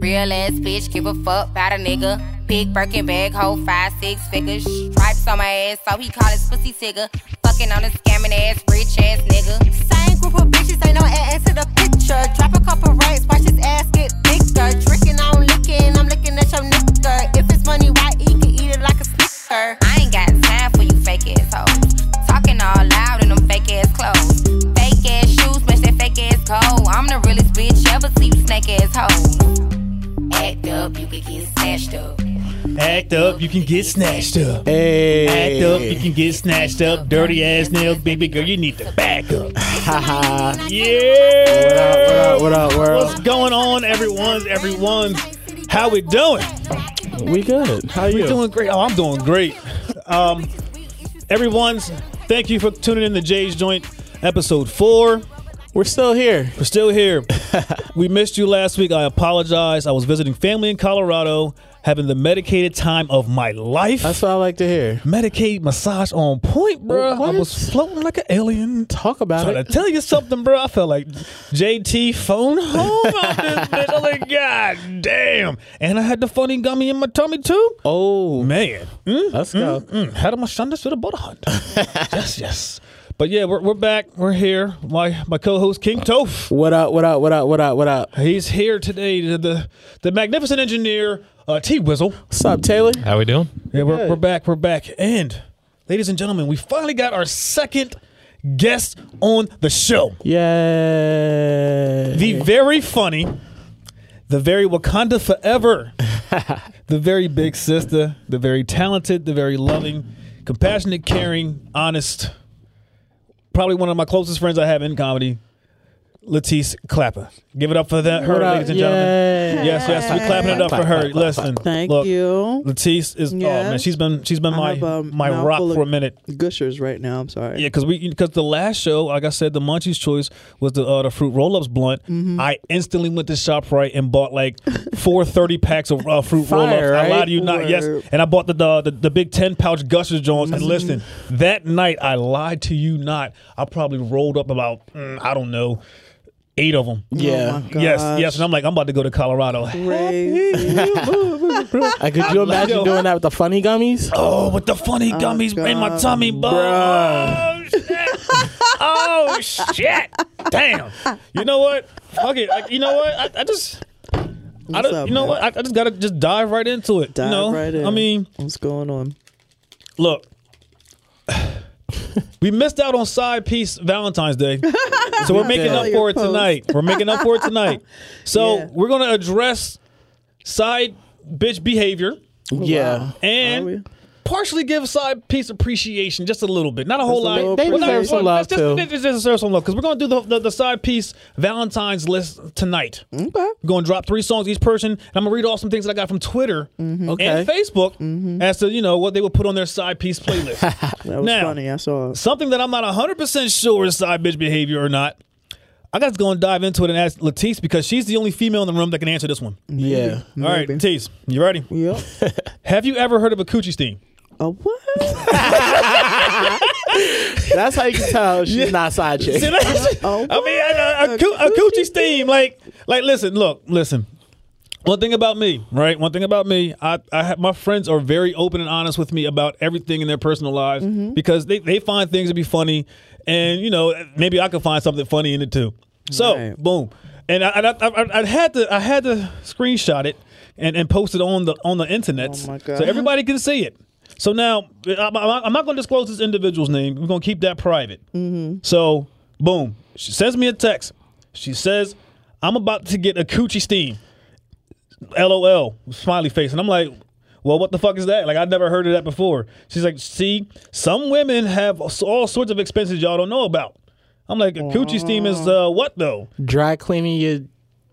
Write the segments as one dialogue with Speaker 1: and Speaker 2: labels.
Speaker 1: little ass bitch, give a fuck about a nigga. Big Birkin bag, hold five, six figures. Stripes on my ass, so he call his pussy tigger. Fucking on a scamming ass, rich ass nigga.
Speaker 2: Same group of bitches, ain't no ass to the picture. Drop a couple rights, watch his ass get bigger. Drinking, I'm licking, I'm looking at your nigga. If it's money, why he can eat it like a snicker?
Speaker 1: I ain't got time for you fake ass hoes. Talking all loud in them fake ass clothes. Fake ass shoes, match that fake ass gold. I'm the realest bitch ever see you snake ass hoe. Act up, you could get snatched up.
Speaker 3: Act up, you can get snatched up.
Speaker 4: Hey.
Speaker 3: Act up, you can get snatched up. Dirty ass nails, baby girl, you need to back up.
Speaker 4: Haha. what up, what
Speaker 3: Yeah.
Speaker 4: up, what
Speaker 3: What's
Speaker 4: up, world?
Speaker 3: going on, everyone's everyone's? How we doing?
Speaker 4: We good. How you?
Speaker 3: We're doing great. Oh, I'm doing great. Um, everyone's, thank you for tuning in to Jay's Joint, episode four.
Speaker 4: We're still here.
Speaker 3: We're still here. we missed you last week. I apologize. I was visiting family in Colorado, having the medicated time of my life.
Speaker 4: That's what I like to hear.
Speaker 3: Medicaid massage on point, bro. I
Speaker 4: What?
Speaker 3: was floating like an alien.
Speaker 4: Talk about
Speaker 3: Trying to
Speaker 4: it.
Speaker 3: tell you something, bro. I felt like JT phone home out this bitch. I'm like, God damn. And I had the funny gummy in my tummy too.
Speaker 4: Oh,
Speaker 3: Man. Mm,
Speaker 4: let's go.
Speaker 3: mm. Had on my shoulders to the butter hunt. yes, yes. But yeah, we're, we're back. We're here. My my co-host King Toph.
Speaker 4: What up, what up, what up, what up, what up?
Speaker 3: He's here today. The the, the magnificent engineer, uh, T Wizzle.
Speaker 4: What's up, Taylor?
Speaker 5: How we doing?
Speaker 3: Yeah, we're,
Speaker 4: Good.
Speaker 3: we're back. We're back. And, ladies and gentlemen, we finally got our second guest on the show.
Speaker 4: Yay.
Speaker 3: The very funny, the very Wakanda forever, the very big sister, the very talented, the very loving, compassionate, caring, honest, probably one of my closest friends I have in comedy, Latisse Clapper. Give it up for that, her,
Speaker 4: What up?
Speaker 3: ladies and gentlemen.
Speaker 4: Yay.
Speaker 3: Yes, yes, we're clapping it up for her. Listen,
Speaker 6: Thank
Speaker 3: look,
Speaker 6: you.
Speaker 3: Latisse is oh
Speaker 6: Yeah.
Speaker 3: man, she's been she's been my
Speaker 6: I have a
Speaker 3: my rock
Speaker 6: mouthful of-
Speaker 3: for a minute.
Speaker 6: Gushers right now. I'm sorry.
Speaker 3: Yeah, because we because the last show, like I said, the Munchies choice was the uh, the fruit roll ups blunt.
Speaker 6: Mm-hmm.
Speaker 3: I instantly went to Shoprite and bought like four thirty packs of uh, fruit roll
Speaker 4: Fire,
Speaker 3: ups. I lied
Speaker 4: right?
Speaker 3: to you not. Yes,
Speaker 6: Word. Mm-hmm.
Speaker 3: and I bought the the, the, the big ten pouch Gushers Jones. And listen, that night I lied to you not. I probably rolled up about mm, I don't know eight of them.
Speaker 4: Yeah.
Speaker 6: my God.
Speaker 3: Yes, yes, and I'm like I'm about to go to Colorado.
Speaker 6: Crazy.
Speaker 4: Like, could you imagine doing that with the funny gummies?
Speaker 3: Oh, with the funny gummies in my
Speaker 6: God,
Speaker 3: tummy, bro. Oh shit! oh shit! Damn. You know what? Fuck it. Like, you know what? I, I just. I
Speaker 6: What's
Speaker 3: don't,
Speaker 6: up,
Speaker 3: you know
Speaker 6: man?
Speaker 3: what? I, I just gotta just dive right into it.
Speaker 6: Dive
Speaker 3: you know?
Speaker 6: right in.
Speaker 3: I mean,
Speaker 6: what's going on?
Speaker 3: look, we missed out on side piece Valentine's Day, so we're making
Speaker 4: did.
Speaker 3: up
Speaker 6: All
Speaker 3: for
Speaker 6: your
Speaker 3: it tonight. We're making up for it tonight. So
Speaker 6: Yeah.
Speaker 3: we're gonna address side bitch behavior
Speaker 4: Oh, Yeah.
Speaker 6: Are we?
Speaker 3: and partially give side piece appreciation just a little bit, not a whole
Speaker 6: Just a
Speaker 3: lot.
Speaker 6: little
Speaker 3: Well,
Speaker 6: They
Speaker 3: not-
Speaker 6: deserve
Speaker 4: some
Speaker 3: well,
Speaker 4: love,
Speaker 3: just-
Speaker 4: too.
Speaker 3: They just deserve some love because we're gonna do the, the the side piece Valentine's list tonight.
Speaker 6: Okay.
Speaker 3: We're gonna drop three songs each person, and I'm gonna read off some things that I got from Twitter
Speaker 6: Mm-hmm.
Speaker 4: Okay.
Speaker 3: and Facebook as to you know what they would put on their side piece playlist.
Speaker 6: That was
Speaker 3: Now-
Speaker 6: funny. I saw. it.
Speaker 3: Something that I'm not 100% sure is side bitch behavior or not. I got to go and dive into it and ask Latisse because she's the only female in the room that can answer this one.
Speaker 4: Yeah.
Speaker 3: All right,
Speaker 6: Maybe.
Speaker 3: Latisse, you ready?
Speaker 6: Yep.
Speaker 3: Have you ever heard of a coochie steam?
Speaker 6: A what?
Speaker 4: That's how you can tell she's not side chick.
Speaker 3: See, that's-
Speaker 6: Oh,
Speaker 3: I mean, uh, a, a, a, coo- a coochie steam. Like, like, listen, look, listen. One thing about me, right? One thing about me, I, I have, my friends are very open and honest with me about everything in their personal lives
Speaker 6: Mm-hmm.
Speaker 3: because they, they find things to be funny, and you know maybe I could find something funny in it too. So
Speaker 6: Right.
Speaker 3: boom, and I, and I, I, I had to I had to screenshot it and, and post it on the on the internet
Speaker 6: Oh my
Speaker 3: so
Speaker 6: God.
Speaker 3: everybody can see it. So now I'm, I'm I'm not going to disclose this individual's name. We're going to keep that private.
Speaker 6: Mm-hmm.
Speaker 3: So, boom, she sends me a text. She says, "I'm about to get a coochie steam." LOL, smiley face, and I'm like, "Well, what the fuck is that?" Like I've never heard of that before. She's like, "See, some women have all sorts of expenses y'all don't know about." I'm like, "A coochie steam is uh, what though?"
Speaker 4: Dry cleaning your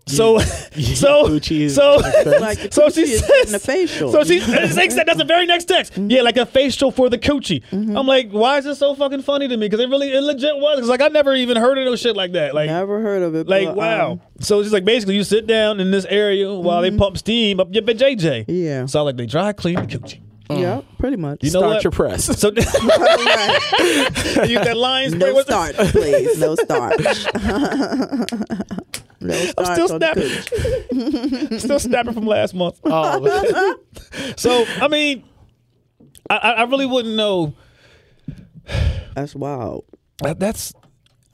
Speaker 3: So, so,
Speaker 4: Gucci is-
Speaker 3: so,
Speaker 6: Like the
Speaker 3: so she
Speaker 6: coochie is
Speaker 3: says,
Speaker 6: getting a facial. Mm-hmm.
Speaker 3: So she thinks that that's the very next text. Yeah, like a facial for the coochie. I'm like, why is this so fucking funny to me? Because it really, it legit was. 'Cause, like I never even heard of no shit like that. Like,
Speaker 6: Never heard of it.
Speaker 3: like
Speaker 6: but,
Speaker 3: wow.
Speaker 6: um, Mm-hmm.
Speaker 3: so she's like, basically, you sit down in this area while they pump steam up your JJ.
Speaker 6: Yeah.
Speaker 3: So like they dry clean the coochie.
Speaker 6: Yep. um, Pretty much.
Speaker 3: You know
Speaker 4: start
Speaker 3: what?
Speaker 4: your press.
Speaker 3: so you that lion spray.
Speaker 6: no
Speaker 3: what's-
Speaker 6: starch, please. No starch.
Speaker 3: I'm still snapping. still snapping from last month.
Speaker 4: Oh,
Speaker 3: So I mean, I, I I really wouldn't know.
Speaker 6: That's wild.
Speaker 3: That- That's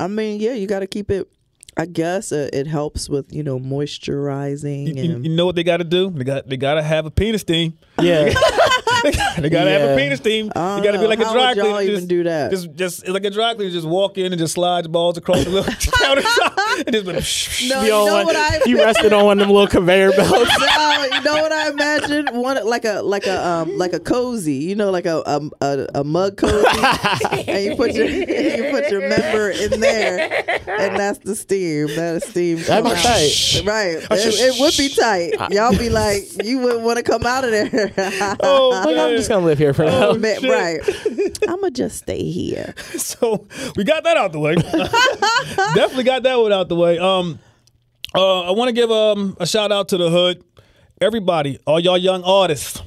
Speaker 6: I mean, yeah, you got to keep it. I guess uh, it helps with you know moisturizing
Speaker 3: you,
Speaker 6: and
Speaker 3: you know what they got to do. They got they got to have a penis team.
Speaker 4: yeah.
Speaker 3: They gotta have a
Speaker 4: Yeah.
Speaker 3: penis team. You
Speaker 6: I don't
Speaker 3: gotta be
Speaker 6: know.
Speaker 3: like a
Speaker 6: How
Speaker 3: dry
Speaker 6: would y'all
Speaker 3: cleaner.
Speaker 6: even
Speaker 3: just,
Speaker 6: do that?
Speaker 3: Just, just it's like a dry cleaner. Just walk in and just slides balls across the little countertop and just like,
Speaker 6: No,
Speaker 4: Be
Speaker 6: you
Speaker 4: on
Speaker 6: know
Speaker 4: one-
Speaker 6: what I-
Speaker 4: You rested on one of them little conveyor belts.
Speaker 6: No, you know what I imagine? One like a like a um like a cozy, you know, like a a, a, a mug cozy, and you put your you put your member in there, and that's the steam. That is steam.
Speaker 4: That'd be
Speaker 6: come out.
Speaker 4: tight.
Speaker 6: right?
Speaker 3: Oh,
Speaker 6: It, it would be tight. Y'all be like, you wouldn't want to come out of there.
Speaker 3: oh,
Speaker 4: Like, I'm just gonna live here for now.
Speaker 3: Oh.
Speaker 6: Ma-
Speaker 3: shit.
Speaker 6: right? I'ma just stay here.
Speaker 3: so we got that out the way. Definitely got that one out the way. Um, uh, I want to give um a shout out to the hood, everybody, all y'all young artists.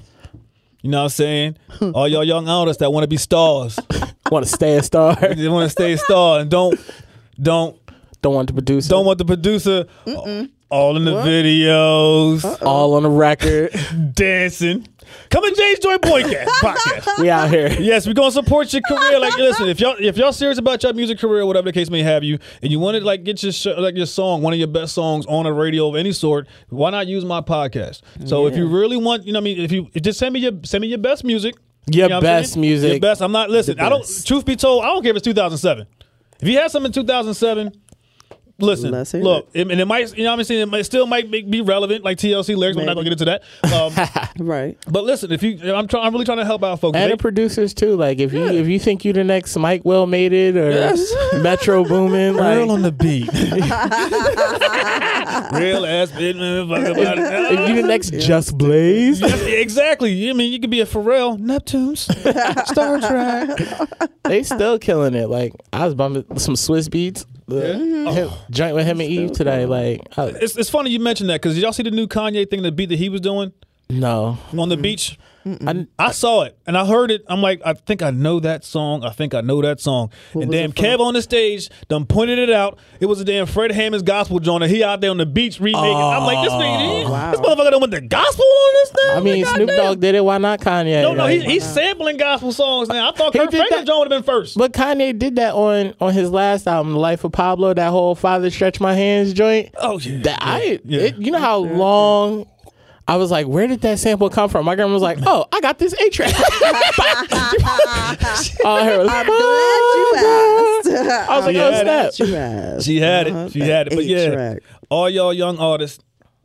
Speaker 3: You know what I'm saying? All y'all young artists that want to be stars,
Speaker 4: Want to stay a star?
Speaker 3: they want to stay a star and don't don't
Speaker 4: Don't want to produce.
Speaker 3: don't want the producer all in the videos,
Speaker 4: all on the record.
Speaker 3: dancing. Come and James Joy Boycast podcast.
Speaker 4: We out here.
Speaker 3: Yes, we're gonna support your career. Like, listen, if y'all if y'all serious about your music career, whatever the case may have you, and you want to like get your sh- like your song, one of your best songs on a radio of any sort, why not use my podcast? So if you really want, you know, what I mean, if you just send me your send me your best music,
Speaker 4: Your
Speaker 3: You know what I'm
Speaker 4: best
Speaker 3: saying?
Speaker 4: music.
Speaker 3: your best. I'm not listen.
Speaker 4: The
Speaker 3: I don't.
Speaker 4: best.
Speaker 3: Truth be told, I don't care if it's 2007. If you had something in 2007. Listen,
Speaker 6: Let's hear
Speaker 3: look, and it might, you know what I'm saying? It might, still might make, be relevant, like TLC lyrics. We're not going
Speaker 6: Maybe.
Speaker 3: to get into that. Um,
Speaker 6: Right?
Speaker 3: but listen, if you, I'm trying, I'm really trying to help out folks.
Speaker 4: And
Speaker 3: They-
Speaker 4: the producers too. Like if you if you think you the next Mike Well Mated or Metro Boomin,
Speaker 3: Girl
Speaker 4: like
Speaker 3: on the beat. Real ass bitch, man. Fuck about it.
Speaker 4: if you the next Just Blaze,
Speaker 3: Yeah, exactly. I mean, you could be a Pharrell, Neptune's, Star Trek.
Speaker 4: they still killing it. Like I was bumping some Swiss beats. The- him-
Speaker 3: Oh.
Speaker 4: Joint with him and Eve today. Like I,
Speaker 3: It's, it's funny you mentioned that because y'all see the new Kanye thing, the beat that he was doing
Speaker 4: no,
Speaker 3: on the beach.
Speaker 4: I,
Speaker 3: I saw it and I heard it. I'm like, I think I know that song. I think I know that song. and
Speaker 6: was
Speaker 3: damn,
Speaker 6: it from?
Speaker 3: Kev on the stage done pointed it out. It was a damn Fred Hammond's gospel joint. and He out there on the beach remaking. I'm like, this nigga,
Speaker 6: Wow.
Speaker 3: this motherfucker done went the gospel on this thing.
Speaker 4: I mean
Speaker 3: Like,
Speaker 4: Snoop
Speaker 3: Oh goddamn.
Speaker 4: Dogg did it. Why not Kanye?
Speaker 3: No, no,
Speaker 4: Like,
Speaker 3: he, he's sampling gospel songs now. I thought
Speaker 4: He
Speaker 3: Kurt
Speaker 4: did
Speaker 3: Franklin
Speaker 4: that-
Speaker 3: John would have been first.
Speaker 4: But Kanye did that on on his last album, The Life of Pablo. That whole "Father Stretch My Hands" joint.
Speaker 3: Oh yeah,
Speaker 4: That I,
Speaker 3: yeah.
Speaker 4: it, you know how long I was like, where did that sample come from? My grandma was like, oh, I got this A track. oh, here it was. "Oh,
Speaker 6: Glad you asked.
Speaker 4: I was like,
Speaker 3: Yeah,
Speaker 4: oh
Speaker 3: that-
Speaker 4: snap.
Speaker 6: You asked.
Speaker 3: she had it. She had it. But yeah,
Speaker 6: A-track.
Speaker 3: all y'all young artists.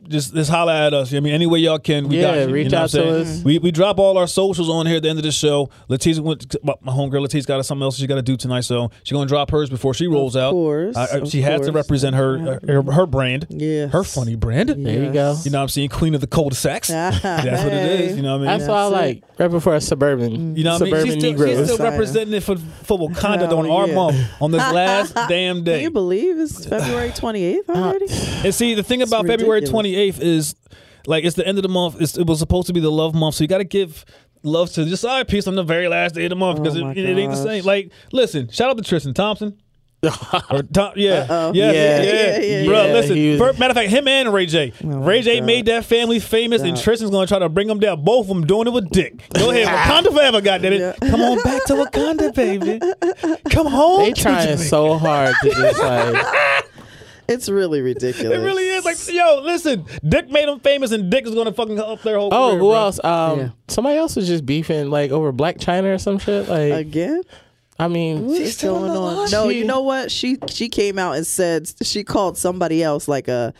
Speaker 3: Just, just holla at us. I mean, any way y'all can, we
Speaker 4: Yeah,
Speaker 3: got you.
Speaker 4: reach
Speaker 3: you know
Speaker 4: out
Speaker 3: what I'm
Speaker 4: to
Speaker 3: saying?
Speaker 4: us.
Speaker 3: We, we drop all our socials on here at the end of the show. Letiz went. well, My homegirl Letiz got something else she got to do tonight, so she's gonna drop hers before she rolls out.
Speaker 6: course,
Speaker 3: I- I-
Speaker 6: of
Speaker 3: she has to
Speaker 6: course.
Speaker 3: represent her uh, her, her brand.
Speaker 6: Yes.
Speaker 3: her funny brand.
Speaker 4: There you go.
Speaker 3: You know what I'm saying? Queen of the cul-de-sacs. That's what it is. You know what I mean?
Speaker 4: That's why I
Speaker 6: That's it. Mm.
Speaker 4: like rapping for a suburban,
Speaker 3: You know what I
Speaker 4: suburban
Speaker 3: mean? She's still,
Speaker 4: Negroes.
Speaker 3: she's still
Speaker 6: Sorry.
Speaker 3: representing it for for Wakanda
Speaker 6: Hell
Speaker 3: on our
Speaker 6: yeah.
Speaker 3: month on this last damn
Speaker 6: Can
Speaker 3: day.
Speaker 6: you believe it's February
Speaker 3: Uh,
Speaker 6: 28th already?
Speaker 3: and see, the thing about February
Speaker 6: ridiculous.
Speaker 3: 28th is like it's the end of the month. It's, it was supposed to be the love month, so you got to give love to your side piece on the very last day of the month because
Speaker 6: Oh my
Speaker 3: it, it ain't the
Speaker 6: gosh.
Speaker 3: same. Like, listen, shout out to Tristan Thompson. or Tom, yeah, yeah, yeah,
Speaker 4: Yeah.
Speaker 3: yeah,
Speaker 6: Yeah, yeah, Oh
Speaker 3: bro.
Speaker 4: yeah.
Speaker 3: listen,
Speaker 4: He was-
Speaker 3: for- matter of fact, him and Ray J. Ray J made that family famous, and
Speaker 6: Stop.
Speaker 3: Tristan's gonna try to bring them down. Both of them doing it with Dick. Go ahead, Wakanda forever, goddamn it. Come on back to Wakanda, baby. Come home.
Speaker 4: They
Speaker 3: to
Speaker 4: trying
Speaker 3: Jamaica.
Speaker 4: so hard to just like,
Speaker 6: It's really ridiculous.
Speaker 3: It really is like, yo, listen, Dick made them famous, and Dick is gonna fucking up their whole. career,
Speaker 4: oh, who
Speaker 3: bro.
Speaker 4: else? Um,
Speaker 6: Yeah.
Speaker 4: somebody else was just beefing like over Black China or some shit. Like,
Speaker 6: Again?
Speaker 4: I mean,
Speaker 6: What's going on? No, you know what? She she came out and said she called somebody else like a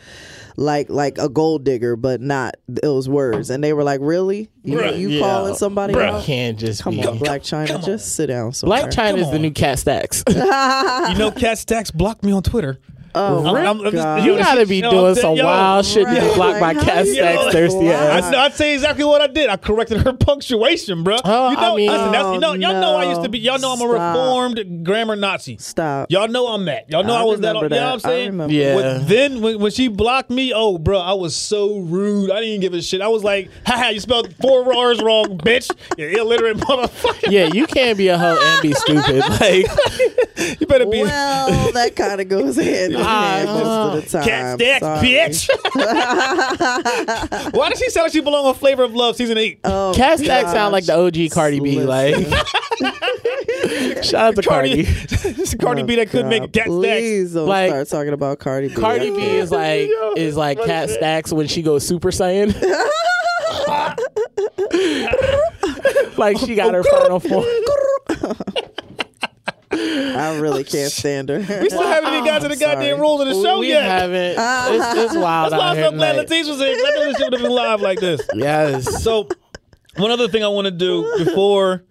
Speaker 6: like like a gold digger, but not those words. And they were like, "Really? You,
Speaker 3: Bruh.
Speaker 6: you
Speaker 4: Yeah.
Speaker 6: calling somebody
Speaker 3: Bruh.
Speaker 6: out?
Speaker 4: can't just
Speaker 6: Come
Speaker 4: be.
Speaker 6: on, Black China,
Speaker 3: come on.
Speaker 6: just sit down." Somewhere.
Speaker 4: Black China is the new Cat Stacks.
Speaker 3: You know, Cat Stacks blocked me on Twitter.
Speaker 6: Oh,
Speaker 3: I'm-
Speaker 6: my
Speaker 3: I'm- I'm just-
Speaker 6: God.
Speaker 4: You gotta be
Speaker 3: Yo,
Speaker 4: doing
Speaker 3: yo,
Speaker 4: some
Speaker 3: yo,
Speaker 4: wild shit to
Speaker 6: right.
Speaker 4: get blocked by
Speaker 6: Like,
Speaker 4: cat
Speaker 6: how you
Speaker 4: stacks
Speaker 3: gonna
Speaker 4: thirsty
Speaker 6: block?
Speaker 4: ass.
Speaker 3: I, I'd say exactly what I did. I corrected her punctuation, bro.
Speaker 4: Oh,
Speaker 3: you
Speaker 4: I
Speaker 3: know,
Speaker 4: mean-
Speaker 3: listen, that's, you know, y'all know I used to be. Y'all know I'm a
Speaker 6: Stop.
Speaker 3: reformed grammar Nazi.
Speaker 6: Stop.
Speaker 3: Y'all know I'm that. Y'all know I,
Speaker 6: I
Speaker 3: was that.
Speaker 6: remember
Speaker 3: You know what I'm
Speaker 6: that. I
Speaker 3: saying?
Speaker 6: remember.
Speaker 4: Yeah.
Speaker 3: When- then when, when she blocked me, oh, bro, I was so rude. I didn't give a shit. I was like, haha, you spelled four R's wrong, bitch. You illiterate motherfucker.
Speaker 6: Oh,
Speaker 4: Yeah, you can't be a hoe and be stupid. Like
Speaker 3: You better be.
Speaker 6: Well, that kind of goes hand in hand most of the time.
Speaker 3: Cat stacks,
Speaker 6: Sorry.
Speaker 3: bitch. Why does she sound like she belong on Flavor of Love season eight?
Speaker 6: Oh,
Speaker 4: Cat Stack sound like the OG Cardi B.
Speaker 6: Listen.
Speaker 4: Like, shout out to Cardi.
Speaker 3: Cardi, it's Cardi B that could not make it. Cat stacks.
Speaker 6: Oh, Please don't
Speaker 4: Like-
Speaker 6: start talking about Cardi B.
Speaker 4: Cardi B is like is like Cat Stacks when she goes Super Saiyan. like she got her final form.
Speaker 6: I really can't stand her.
Speaker 3: We still haven't even got to the
Speaker 6: Oh, I'm sorry.
Speaker 3: goddamn rules of the show
Speaker 4: we
Speaker 3: yet.
Speaker 4: haven't. It's, it's wild
Speaker 3: That's why
Speaker 4: out
Speaker 3: I'm
Speaker 4: here
Speaker 3: so glad
Speaker 4: tonight.
Speaker 3: Letitia's here. 'cause I knew this shit would have been live like this.
Speaker 4: Yes.
Speaker 3: So, one other thing I want to do before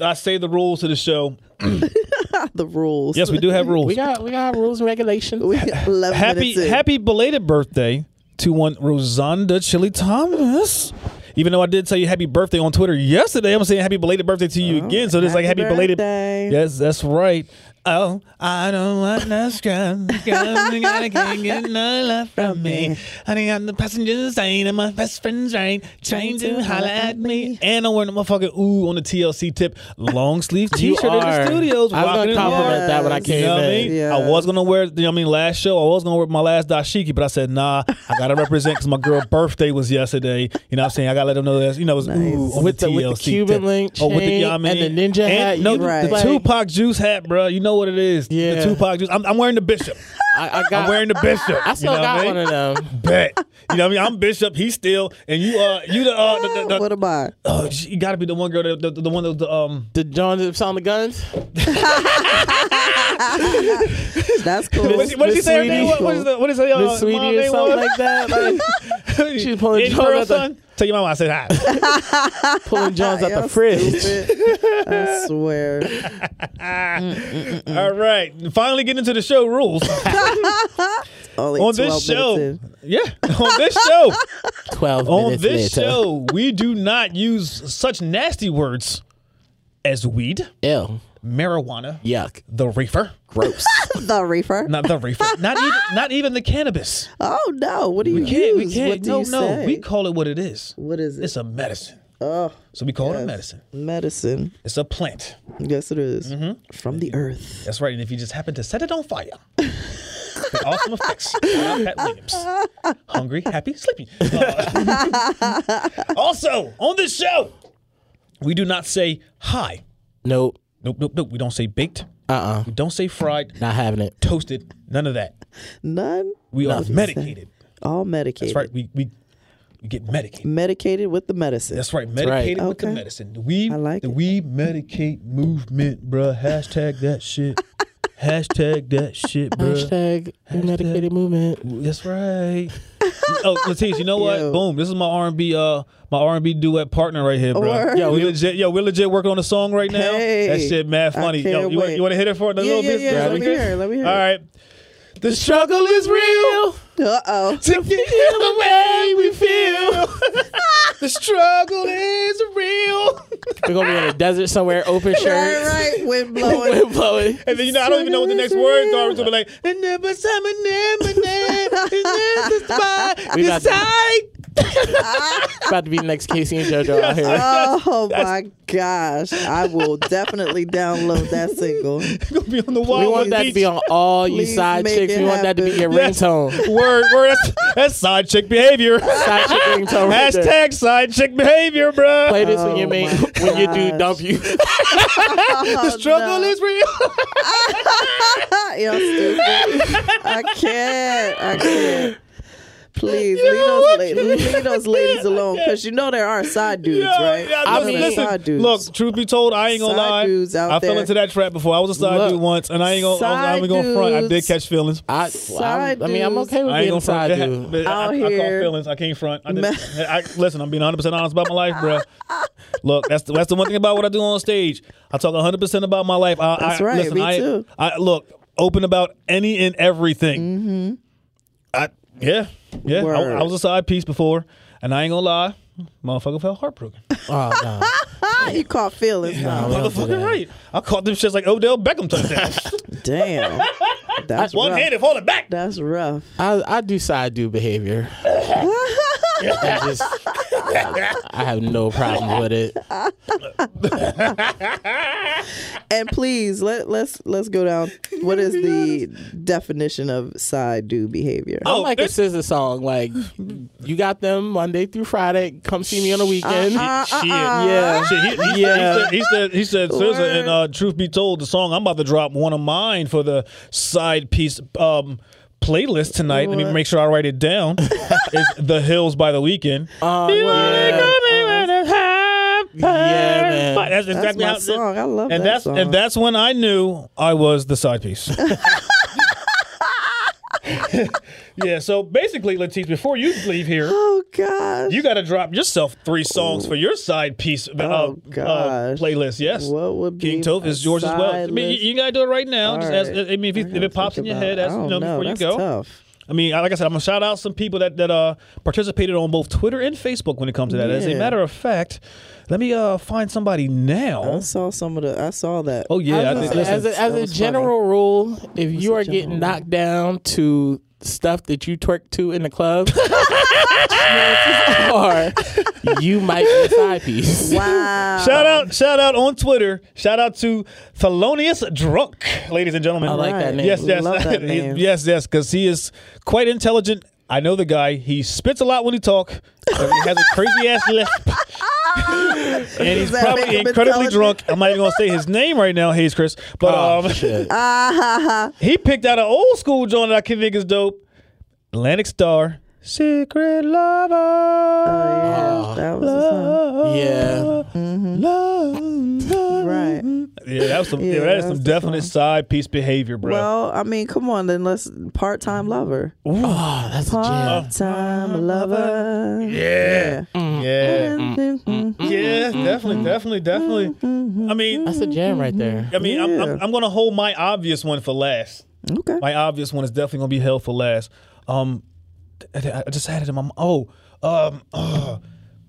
Speaker 3: I say the rules to the show.
Speaker 6: the rules.
Speaker 3: Yes, we do have rules.
Speaker 4: We got we got rules and regulations.
Speaker 6: We got 11
Speaker 3: happy
Speaker 6: minutes in.
Speaker 3: happy belated birthday to one Rosanda Chili Thomas. Even though I did tell you happy birthday on Twitter yesterday, I'm saying happy belated birthday to you again. So this is like Oh, happy
Speaker 6: happy
Speaker 3: belated.
Speaker 6: birthday.
Speaker 3: Yes, that's right. Oh, I don't want no scrub. scrub. You gotta can't get no love from me. Honey, I'm the passenger side and my best friend's right. Trying to holler at me. And I'm wearing a motherfucking ooh on the TLC tip long sleeve t
Speaker 4: You
Speaker 3: shirt in the
Speaker 4: are.
Speaker 3: studios.
Speaker 4: I
Speaker 3: rocking
Speaker 4: was
Speaker 3: and
Speaker 4: gonna
Speaker 3: rolling.
Speaker 4: compliment that when I
Speaker 6: Yes.
Speaker 4: came
Speaker 3: You know what I
Speaker 4: in.
Speaker 3: mean?
Speaker 6: Yeah.
Speaker 3: I was gonna wear, you know what I mean, last show, I was gonna wear my last dashiki, but I said, nah, I gotta represent because my girl birthday was yesterday. You know what I'm saying? I gotta let them know that, you know, it was ooh, on
Speaker 4: With the- with the
Speaker 3: TLC
Speaker 4: Cuban
Speaker 3: tip.
Speaker 4: link
Speaker 3: Oh, with the, you know
Speaker 4: chain
Speaker 3: what I mean?
Speaker 4: and the ninja hat,
Speaker 3: No,
Speaker 4: you
Speaker 6: Right.
Speaker 3: the
Speaker 6: like-
Speaker 3: Tupac juice hat, bro. You know what it is. The
Speaker 4: Yeah.
Speaker 3: Tupac juice. I'm, I'm wearing the bishop.
Speaker 4: I, I got.
Speaker 3: I'm wearing the bishop.
Speaker 4: I still
Speaker 3: you know
Speaker 4: got
Speaker 3: what I
Speaker 4: one
Speaker 3: mean?
Speaker 4: of them.
Speaker 3: Bet. You know what I mean? I'm bishop. He's still, and you uh, you the uh, the, the, the,
Speaker 6: What am I?
Speaker 3: oh, she- you gotta be the one girl, that- the, the, the one that the um.
Speaker 4: The John that sound the guns.
Speaker 6: That's cool.
Speaker 3: What did she, what did she
Speaker 4: Miss
Speaker 3: say her name? What,
Speaker 4: Sweetie.
Speaker 3: what is the what is her uh,
Speaker 4: Miss Sweetie
Speaker 3: mom name
Speaker 4: or something
Speaker 3: was?
Speaker 4: like that. Like, she's pulling
Speaker 3: Any
Speaker 4: John
Speaker 3: pearl,
Speaker 4: at the-
Speaker 3: son? Tell your mama I said hi.
Speaker 4: pulling Johns at
Speaker 6: Y'all
Speaker 4: the fridge.
Speaker 6: stupid. I swear.
Speaker 3: All right. Finally getting into the show rules.
Speaker 6: Only
Speaker 3: on
Speaker 6: 12
Speaker 3: this show.
Speaker 6: minutes in.
Speaker 3: Yeah. On this show.
Speaker 4: Twelve
Speaker 3: on
Speaker 4: minutes
Speaker 3: this
Speaker 4: later.
Speaker 3: show, we do not use such nasty words as weed,
Speaker 4: Ew.
Speaker 3: marijuana,
Speaker 4: Yuck.
Speaker 3: the reefer.
Speaker 4: Gross.
Speaker 6: The reefer.
Speaker 3: Not the reefer. Not even not even the cannabis.
Speaker 6: Oh no! What do you
Speaker 3: We can't we
Speaker 6: use?
Speaker 3: can't
Speaker 6: What do
Speaker 3: no
Speaker 6: you
Speaker 3: no.
Speaker 6: say?
Speaker 3: We call it what it is.
Speaker 6: what is it?
Speaker 3: It's a medicine.
Speaker 6: oh,
Speaker 3: So we call it a medicine.
Speaker 6: medicine.
Speaker 3: It's a plant.
Speaker 6: Yes, it is.
Speaker 3: Mm-hmm.
Speaker 6: from the earth.
Speaker 3: That's right. And if you just happen to set it on fire, the awesome effects. Shout out Pat Williams. Hungry, happy, sleepy. Uh, also, on this show, we do not say hi.
Speaker 4: nope.
Speaker 3: Nope, nope, nope. We don't say baked.
Speaker 4: Uh. uh
Speaker 3: We don't say fried,
Speaker 4: Not having it.
Speaker 3: toasted, none of that.
Speaker 6: None.
Speaker 3: We are medicated.
Speaker 6: All medicated.
Speaker 3: That's right. We, we, we get medicated.
Speaker 6: Medicated with the medicine.
Speaker 3: That's right. Medicated with the
Speaker 6: Okay.
Speaker 3: medicine. The we,
Speaker 6: I like
Speaker 3: the
Speaker 6: it.
Speaker 3: we medicate movement, bruh. Hashtag that shit. Hashtag that shit, bruh.
Speaker 4: Hashtag medicated movement.
Speaker 3: That's right. oh, Latish, you know what?
Speaker 6: Yo.
Speaker 3: Boom! This is my R and B, uh, my R and B duet partner right here, bro.
Speaker 6: Word.
Speaker 3: Yo, we legit, yo, we legit working on a song right now. that
Speaker 6: Hey,
Speaker 3: shit, mad
Speaker 6: I
Speaker 3: funny. Yo,
Speaker 6: can't
Speaker 3: you want,
Speaker 6: wait.
Speaker 3: you want to hit it for the
Speaker 6: Yeah,
Speaker 3: little
Speaker 6: yeah,
Speaker 3: bit?
Speaker 6: yeah,
Speaker 3: Brad?
Speaker 6: let
Speaker 3: We
Speaker 6: me
Speaker 3: good?
Speaker 6: hear it, let me hear it.
Speaker 3: All right. The struggle is real
Speaker 6: Uh oh.
Speaker 3: to feel the way we feel. the struggle is real.
Speaker 4: We're gonna be in a desert somewhere, open
Speaker 6: Right,
Speaker 4: shirts,
Speaker 6: right. Wind blowing.
Speaker 4: wind blowing.
Speaker 3: And then you know, I don't even know what the next
Speaker 6: Struggle
Speaker 3: words
Speaker 6: is
Speaker 3: are. It's gonna be like, and never summer, never, never, this is my
Speaker 4: We about to-
Speaker 3: decide.
Speaker 4: About to be the next Casey and JoJo out here.
Speaker 6: Oh my gosh! I will definitely download that single.
Speaker 3: gonna be on the wall.
Speaker 4: We want that to be on all you
Speaker 6: Please
Speaker 4: side
Speaker 6: make
Speaker 4: chicks.
Speaker 6: it
Speaker 4: We want that to be your
Speaker 6: happen.
Speaker 3: Yes.
Speaker 4: ringtone.
Speaker 3: Word, word. That's, that's side chick behavior.
Speaker 4: Side chick ringtone. Right there.
Speaker 3: Hashtag side chick behavior, bruh.
Speaker 4: Play this when you
Speaker 6: Oh
Speaker 4: make
Speaker 6: my
Speaker 4: when you do
Speaker 6: gosh.
Speaker 4: dump you.
Speaker 3: The struggle
Speaker 6: no.
Speaker 3: is real.
Speaker 6: Y'all stupid. I can't. I can't. Please leave
Speaker 3: what
Speaker 6: those,
Speaker 3: you
Speaker 6: la- leave those ladies alone, because you know there are side dudes,
Speaker 3: Yeah,
Speaker 6: right?
Speaker 3: yeah,
Speaker 6: I
Speaker 3: listen,
Speaker 6: mean,
Speaker 3: listen,
Speaker 6: side dudes.
Speaker 3: Look, truth be told, I ain't gonna
Speaker 6: Side
Speaker 3: lie.
Speaker 6: dudes out
Speaker 3: I fell
Speaker 6: there.
Speaker 3: into that trap before. I was a side
Speaker 4: Look,
Speaker 3: dude once, and I ain't gonna. I'm not even gonna
Speaker 6: side
Speaker 3: front. I did
Speaker 6: dudes.
Speaker 3: catch feelings.
Speaker 4: I,
Speaker 6: Side
Speaker 4: I, I mean, I'm okay with
Speaker 3: I ain't
Speaker 4: being
Speaker 3: gonna front.
Speaker 4: side
Speaker 3: It
Speaker 4: dude.
Speaker 3: ha- but I,
Speaker 6: Out
Speaker 3: I, I caught
Speaker 6: here.
Speaker 3: feelings. I can't front. I did, I, listen, I'm being 100 percent honest about my life, bruh. Look, that's the, that's the one thing about what I do on stage. I talk 100 percent about my life. I,
Speaker 6: That's
Speaker 3: I,
Speaker 6: right,
Speaker 3: Listen,
Speaker 6: me
Speaker 3: I,
Speaker 6: too.
Speaker 3: I look open about any and everything. Mm-hmm. I yeah yeah. I, I
Speaker 6: Word.
Speaker 3: was a side piece before, and I ain't gonna lie, motherfucker felt heartbroken.
Speaker 4: Oh no.
Speaker 6: Ah, you caught feelings.
Speaker 4: no, we don't do
Speaker 3: Motherfucker,
Speaker 4: that.
Speaker 3: right? I caught them shits like Odell Beckham touchdowns.
Speaker 6: Damn, that's
Speaker 3: One
Speaker 6: rough.
Speaker 3: handed, hold it back.
Speaker 6: That's rough.
Speaker 4: I, I do side dude behavior. I just I have no problem with it.
Speaker 6: And please let let's let's go down. What is the definition of side do behavior?
Speaker 3: Uh,
Speaker 4: I'm like a
Speaker 3: it's-
Speaker 4: scissor song. Like you got them Monday through Friday. Come see me on the weekend.
Speaker 6: Uh-huh. Uh,
Speaker 3: Shit.
Speaker 4: yeah,
Speaker 3: Shit, he, he
Speaker 4: yeah.
Speaker 3: Said, he said he said SZA
Speaker 6: Word.
Speaker 3: and uh, truth be told, the song I'm about to drop one of mine for the side piece um, playlist tonight. Let me
Speaker 6: What?
Speaker 3: make sure I write it down. it's The Hills by the Weekend.
Speaker 4: Uh,
Speaker 3: You ain't
Speaker 4: yeah.
Speaker 3: coming when it's happened.
Speaker 4: Yeah, man.
Speaker 3: But That's
Speaker 6: Uh, That's
Speaker 3: exactly
Speaker 6: my
Speaker 3: how-
Speaker 6: song. I love
Speaker 3: and
Speaker 6: that
Speaker 3: that's
Speaker 6: song.
Speaker 3: and that's when I knew I was the side piece. yeah. So basically, Latif, before you leave here.
Speaker 6: oh gosh.
Speaker 3: You got to drop yourself three songs for your side piece uh, uh,
Speaker 6: Oh, gosh.
Speaker 3: playlist. Yes.
Speaker 6: What would be
Speaker 3: King Toph is
Speaker 6: my
Speaker 3: yours as well. I
Speaker 6: side
Speaker 3: mean, you,
Speaker 6: list?
Speaker 3: you got to do it right now.
Speaker 6: All
Speaker 3: Just ask,
Speaker 6: right.
Speaker 3: I mean, if,
Speaker 6: I
Speaker 3: you- if
Speaker 6: gotta
Speaker 3: it pops in
Speaker 6: think
Speaker 3: your
Speaker 6: about
Speaker 3: head,
Speaker 6: it.
Speaker 3: ask,
Speaker 6: I
Speaker 3: you
Speaker 6: don't
Speaker 3: know, before you
Speaker 6: that's
Speaker 3: go.
Speaker 6: Tough.
Speaker 3: I mean, I- like I said, I'm gonna shout out some people that that uh, participated on both Twitter and Facebook when it comes to that. As a
Speaker 6: Yeah.
Speaker 3: matter of fact, let me uh, find somebody now.
Speaker 6: I saw some of the. I saw that.
Speaker 3: Oh yeah, I
Speaker 4: As
Speaker 3: think
Speaker 4: a,
Speaker 3: that's
Speaker 4: as a, as
Speaker 6: that
Speaker 4: a
Speaker 6: was
Speaker 4: general rule, if you
Speaker 6: a
Speaker 4: are
Speaker 6: general
Speaker 4: getting
Speaker 6: rule?
Speaker 4: knocked down to stuff that you twerk to in the club, or you might be a side piece.
Speaker 6: Wow.
Speaker 3: Shout out, shout out on Twitter. Shout out to Thelonious Drunk, ladies and gentlemen.
Speaker 4: I like that name.
Speaker 3: Yes, yes,
Speaker 6: Love that
Speaker 3: He-
Speaker 6: name.
Speaker 3: yes, yes, because he is quite intelligent. I know the guy. He spits a lot when he talk. and he has a crazy ass lisp, and he's
Speaker 6: that make
Speaker 3: probably
Speaker 6: him
Speaker 3: incredibly
Speaker 6: intelligent? Ah.
Speaker 3: drunk. I'm not even gonna say his name right now, Hayes Chris. But
Speaker 4: Oh,
Speaker 3: um,
Speaker 4: shit.
Speaker 3: he picked out an old school joint that I can think is dope. Atlantic Star, Secret Lover.
Speaker 6: Yeah, that was a song.
Speaker 4: yeah.
Speaker 6: Right.
Speaker 3: Yeah, that was some. Yeah,
Speaker 6: Yeah,
Speaker 3: that is
Speaker 6: that
Speaker 3: some
Speaker 6: was the
Speaker 3: definite
Speaker 6: song.
Speaker 3: side piece behavior, bro.
Speaker 6: Well, I mean, come on, then let's part time lover.
Speaker 4: Oh, that's a jam.
Speaker 6: Part time lover.
Speaker 3: yeah, Mm-hmm. yeah,
Speaker 6: Mhm.
Speaker 3: yeah, definitely, definitely, definitely. I mean,
Speaker 4: That's a jam right there.
Speaker 3: I mean, I'm, I'm,
Speaker 6: Yeah.
Speaker 3: I'm gonna hold my obvious one for last.
Speaker 6: Okay.
Speaker 3: My obvious one is definitely gonna be held for last. Um, I, I just had it in my m- oh, um, uh,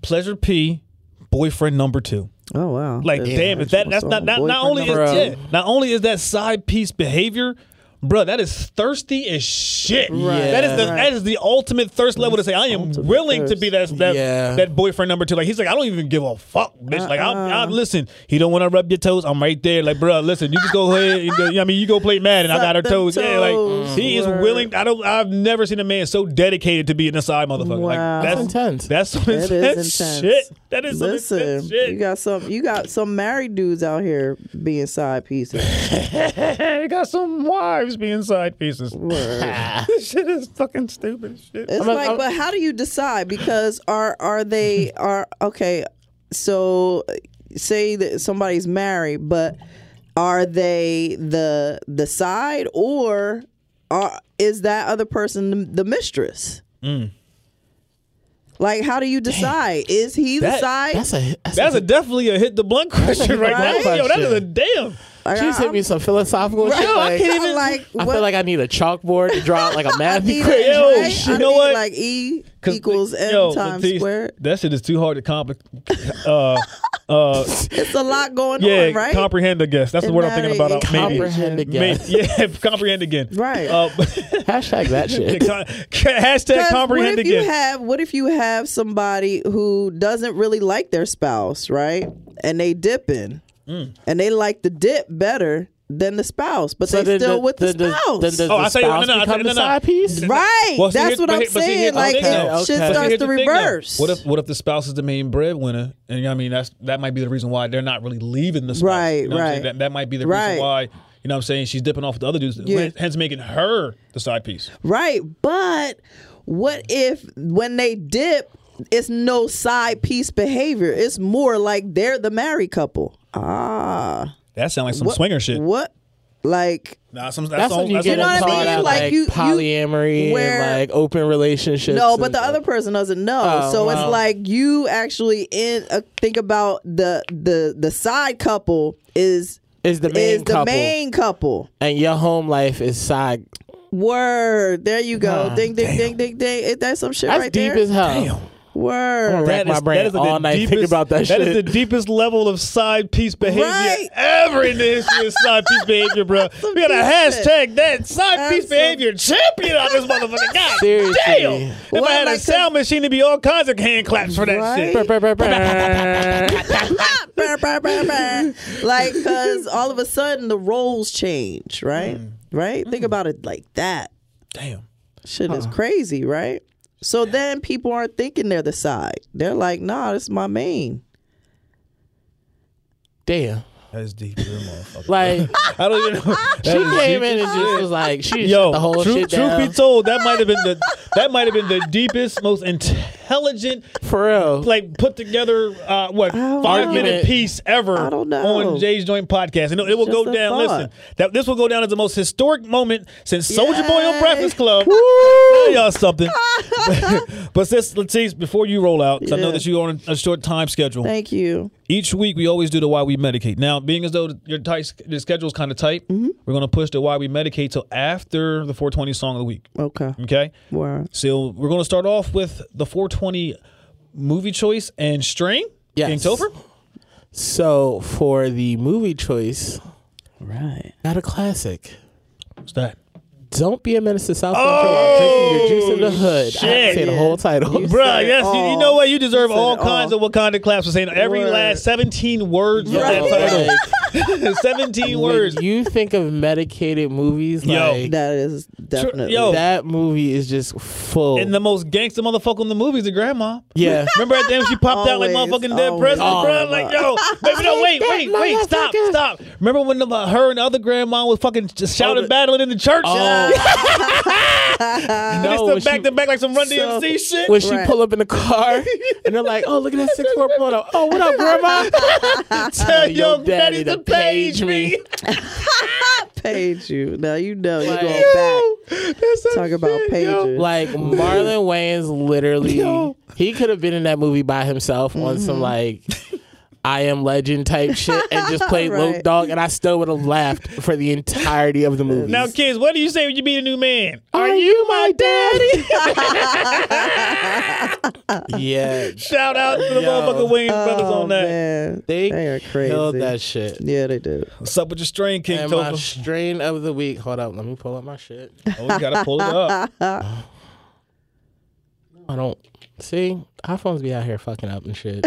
Speaker 3: pleasure P, boyfriend number two.
Speaker 6: Oh wow.
Speaker 3: Like,
Speaker 6: There's
Speaker 3: damn,
Speaker 6: an
Speaker 3: if that
Speaker 6: actual
Speaker 3: that's not
Speaker 6: song,
Speaker 3: not, not only is
Speaker 6: Boyfriend
Speaker 4: Number
Speaker 3: yeah,
Speaker 4: Two.
Speaker 3: not only is that side piece behavior, bruh, that is thirsty as shit.
Speaker 4: Right.
Speaker 3: that is the
Speaker 4: Yeah.
Speaker 3: that is the ultimate thirst level to say I am willing to
Speaker 6: thirst.
Speaker 3: be that that,
Speaker 4: Yeah.
Speaker 3: that boyfriend number two. Like he's like I don't even give a fuck, bitch. Like I'm,
Speaker 6: Uh-uh.
Speaker 3: I'm listen. He don't want to rub your toes. I'm right there. Like bruh, listen, you just go ahead. And, go- I mean, you go play Madden. I
Speaker 6: Suck
Speaker 3: got her
Speaker 6: them
Speaker 3: toes. Yeah, like
Speaker 6: toes,
Speaker 3: he is
Speaker 6: word.
Speaker 3: willing. I don't. I've never seen a man so dedicated to being a side motherfucker.
Speaker 6: Wow.
Speaker 3: Like
Speaker 4: That's
Speaker 3: that's
Speaker 4: intense.
Speaker 3: That's some
Speaker 6: is
Speaker 3: intense
Speaker 6: intense.
Speaker 3: shit. That is some
Speaker 6: Listen,
Speaker 3: intense shit.
Speaker 6: you got some you got some married dudes out here being side pieces.
Speaker 3: Hey, they got some wives being side pieces.
Speaker 6: Word.
Speaker 3: this shit is fucking stupid as shit.
Speaker 6: It's
Speaker 4: a-
Speaker 6: like,
Speaker 4: I'm-
Speaker 6: but how do you decide? Because are are they are okay? So say that somebody's married, but are they the the side or are, is that other person the, the mistress?
Speaker 4: Mm.
Speaker 6: Like, how do you decide? Is he the
Speaker 3: That-
Speaker 6: side?
Speaker 4: That's a that's,
Speaker 3: That's
Speaker 4: a.
Speaker 3: a definitely a hit the blunt question right
Speaker 6: blunt
Speaker 3: now. Yo, that is a
Speaker 4: question.
Speaker 3: damn.
Speaker 6: Like,
Speaker 4: She just hit
Speaker 6: I'm-
Speaker 4: me some philosophical shit. Like,
Speaker 6: I'm
Speaker 4: I,
Speaker 6: like, what-
Speaker 4: feel like I need a chalkboard to draw out like a math
Speaker 6: need
Speaker 4: equation.
Speaker 6: it,
Speaker 3: Yo,
Speaker 6: right?
Speaker 3: you
Speaker 6: I
Speaker 3: know
Speaker 6: need,
Speaker 3: what?
Speaker 6: Like E
Speaker 3: 'Cause,
Speaker 6: equals M
Speaker 3: yo,
Speaker 6: times
Speaker 3: Latisse,
Speaker 6: squared.
Speaker 3: That shit is too hard to complicate. Uh, uh,
Speaker 6: It's a lot going
Speaker 3: yeah,
Speaker 6: on, right?
Speaker 3: comprehend. I guess that's the
Speaker 6: Isn't
Speaker 3: word I'm
Speaker 6: that
Speaker 3: thinking
Speaker 6: a-
Speaker 3: about.
Speaker 6: a
Speaker 3: Out, maybe.
Speaker 4: Comprehend
Speaker 3: Maybe,
Speaker 4: again.
Speaker 3: yeah, comprehend again.
Speaker 6: Right.
Speaker 3: Uh,
Speaker 4: Hashtag that shit.
Speaker 3: hashtag
Speaker 6: 'Cause
Speaker 3: comprehend
Speaker 6: what if you
Speaker 3: again.
Speaker 6: have what if you have somebody who doesn't really like their spouse, right? And they dipping,
Speaker 3: Mm.
Speaker 6: and they like the dip better than the spouse, but
Speaker 4: So
Speaker 6: they
Speaker 4: then
Speaker 6: still
Speaker 4: the-
Speaker 6: with the,
Speaker 4: then
Speaker 6: spouse.
Speaker 4: Then does
Speaker 3: Oh, I
Speaker 4: the
Speaker 3: tell you what,
Speaker 4: spouse
Speaker 3: no, no, I tell-
Speaker 4: become
Speaker 3: no, no.
Speaker 4: the side piece?
Speaker 6: right.
Speaker 3: Well, see,
Speaker 6: That's
Speaker 3: here's-
Speaker 6: what
Speaker 3: but
Speaker 6: I'm
Speaker 3: here- but see,
Speaker 6: saying.
Speaker 3: here's the
Speaker 6: like
Speaker 3: thing,
Speaker 6: it,
Speaker 3: though.
Speaker 6: shit
Speaker 4: Okay. But
Speaker 3: But
Speaker 6: starts
Speaker 3: here's
Speaker 6: to
Speaker 3: the thing, though.
Speaker 6: reverse.
Speaker 3: What if what if the spouse is the main breadwinner, and I mean that's that might be the reason why they're not really leaving the spouse.
Speaker 6: Right,
Speaker 3: you know what I'm
Speaker 6: right.
Speaker 3: saying? That that might be the
Speaker 6: Right.
Speaker 3: reason why you know what I'm saying she's dipping off with the other dudes,
Speaker 6: Yeah.
Speaker 3: hence making her the side piece.
Speaker 6: right? But what if when they dip, it's no side piece behavior. It's more like they're the married couple. Ah,
Speaker 3: That sounds like some
Speaker 6: what,
Speaker 3: swinger shit.
Speaker 6: What? Like
Speaker 3: Nah, some, that's
Speaker 4: That's
Speaker 3: all,
Speaker 4: when you
Speaker 3: that's
Speaker 4: get
Speaker 3: all-
Speaker 6: what I
Speaker 4: them
Speaker 6: mean?
Speaker 4: called out
Speaker 6: Like,
Speaker 4: like
Speaker 6: you- you-
Speaker 4: polyamory
Speaker 6: where-
Speaker 4: and like open relationships.
Speaker 6: No,
Speaker 4: and
Speaker 6: but the
Speaker 4: stuff.
Speaker 6: other person doesn't know.
Speaker 4: Oh,
Speaker 6: so
Speaker 4: wow.
Speaker 6: it's like you actually in uh, think about the the the side couple is
Speaker 4: is the main
Speaker 6: is the
Speaker 4: couple,
Speaker 6: main couple.
Speaker 4: and your home life is side.
Speaker 6: Word. There you go. ding ding ding ding ding. Is that some shit
Speaker 4: Ah, That's
Speaker 6: right
Speaker 4: deep
Speaker 6: there?
Speaker 4: as hell.
Speaker 6: Word.
Speaker 4: rack my brain all night thinking about that
Speaker 3: That is the
Speaker 4: shit.
Speaker 3: deepest level of side piece behavior
Speaker 6: Right.
Speaker 3: ever in the history of side piece behavior, bro. We got to
Speaker 6: decent.
Speaker 3: hashtag that side
Speaker 6: That's
Speaker 3: piece
Speaker 6: some-
Speaker 3: behavior champion on this motherfucker. God
Speaker 4: Seriously.
Speaker 3: damn. If
Speaker 6: Why
Speaker 3: I had
Speaker 6: am I
Speaker 3: a sound machine, it'd be all kinds of hand claps for that
Speaker 6: Right?
Speaker 3: shit.
Speaker 6: Brr, brr, brr, brr. like, because all of a sudden the roles change, right?
Speaker 4: Hmm.
Speaker 6: Right? Think about it like that.
Speaker 3: Damn.
Speaker 6: Shit is crazy, right? So then people aren't thinking they're the side. They're like, nah, this is my main.
Speaker 4: Damn.
Speaker 3: That is deep, real motherfucker.
Speaker 4: Like
Speaker 3: I don't even know.
Speaker 4: she came in and just was like, she just shut the whole
Speaker 3: truth,
Speaker 4: shit
Speaker 3: truth
Speaker 4: down.
Speaker 3: be told, that might have been the that might have been the deepest, most intelligent,
Speaker 4: For real.
Speaker 3: like put together uh, what
Speaker 6: don't
Speaker 3: five
Speaker 4: know.
Speaker 3: minute piece ever
Speaker 6: I don't know.
Speaker 3: on Jay's Joint podcast, and it, it will
Speaker 6: It's
Speaker 3: go
Speaker 6: just a
Speaker 3: down.
Speaker 6: thought.
Speaker 3: Listen, that this will go down as the most historic moment since Soldier Boy on
Speaker 6: Yay.
Speaker 3: Breakfast Club. Tell y'all something. but since Latisse, before you roll out, 'cause I know
Speaker 6: Yeah.
Speaker 3: that you're on a short time schedule.
Speaker 6: Thank you.
Speaker 3: Each week we always do the why we medicate. Now, being as though your tight the schedule's kind of tight,
Speaker 6: Mm-hmm.
Speaker 3: we're gonna push the why we medicate till after the 420 song of the week.
Speaker 6: Okay.
Speaker 3: Okay,
Speaker 6: Word.
Speaker 3: so we're gonna start off with the 420 movie choice and string.
Speaker 4: Yes.
Speaker 3: King Topher.
Speaker 4: So for the movie choice,
Speaker 6: Right.
Speaker 4: not a classic.
Speaker 3: What's that?
Speaker 4: Don't be a menace to South Central while drinking your juice in the hood. I have to say the
Speaker 6: shit.
Speaker 4: whole title.
Speaker 6: You
Speaker 3: Oh, Bruh,
Speaker 6: said
Speaker 3: yes, you, you
Speaker 6: all.
Speaker 3: know what? You deserve
Speaker 6: You said
Speaker 3: all
Speaker 6: it
Speaker 3: kinds of Wakanda claps for saying every
Speaker 6: Word.
Speaker 3: last 17 words
Speaker 4: Yo,
Speaker 3: of
Speaker 4: like,
Speaker 3: that title. 17 words.
Speaker 4: when you think of medicated movies,
Speaker 3: Yo.
Speaker 4: like
Speaker 6: That is definitely.
Speaker 3: yo.
Speaker 4: that movie is just full.
Speaker 3: and the most gangster motherfucker in the movie is the grandma.
Speaker 4: yeah.
Speaker 3: Remember at the end she popped out like
Speaker 6: Always,
Speaker 3: motherfucking dead
Speaker 6: always.
Speaker 3: president,
Speaker 4: Oh,
Speaker 3: bro? Like, yo, baby, no, wait,
Speaker 4: that
Speaker 3: wait, wait, stop,
Speaker 4: motherfucker.
Speaker 3: stop. Remember when the, uh, her and the other grandma was fucking just shouting,
Speaker 4: the-
Speaker 3: battling in the church?
Speaker 4: Oh,
Speaker 3: and they
Speaker 4: no,
Speaker 3: stood
Speaker 4: when
Speaker 3: back
Speaker 4: she-
Speaker 3: to back like some Run
Speaker 4: so-
Speaker 3: DMC shit?
Speaker 4: when she
Speaker 6: Right.
Speaker 4: pull up in the car and they're like, "Oh, look at that six four photo. Oh, what up, grandma?
Speaker 3: Tell your daddy to page me.
Speaker 6: Paid you. Now you know you're
Speaker 4: Like-
Speaker 6: going back. Talk about pages.
Speaker 4: Like Marlon Wayans, literally, he could have been in that movie by himself on some like I Am Legend type shit and just played
Speaker 6: Right.
Speaker 4: Luke Dog, and I still would have laughed for the entirety of the movie.
Speaker 3: Now, kids, what do you say when you meet a new man?
Speaker 4: are you my daddy? yeah,
Speaker 3: Shout out to the
Speaker 4: Yo.
Speaker 3: motherfucking Williams brothers
Speaker 6: oh,
Speaker 3: on that.
Speaker 6: man.
Speaker 4: they,
Speaker 6: They are
Speaker 4: killed
Speaker 6: crazy.
Speaker 4: that shit.
Speaker 6: Yeah, they do.
Speaker 3: What's up with your string, King
Speaker 4: And my
Speaker 3: Topher?
Speaker 4: strain of the week. Hold up, let me pull up my shit.
Speaker 3: Oh, we gotta pull it up.
Speaker 4: I don't see iPhones be out here fucking up and shit.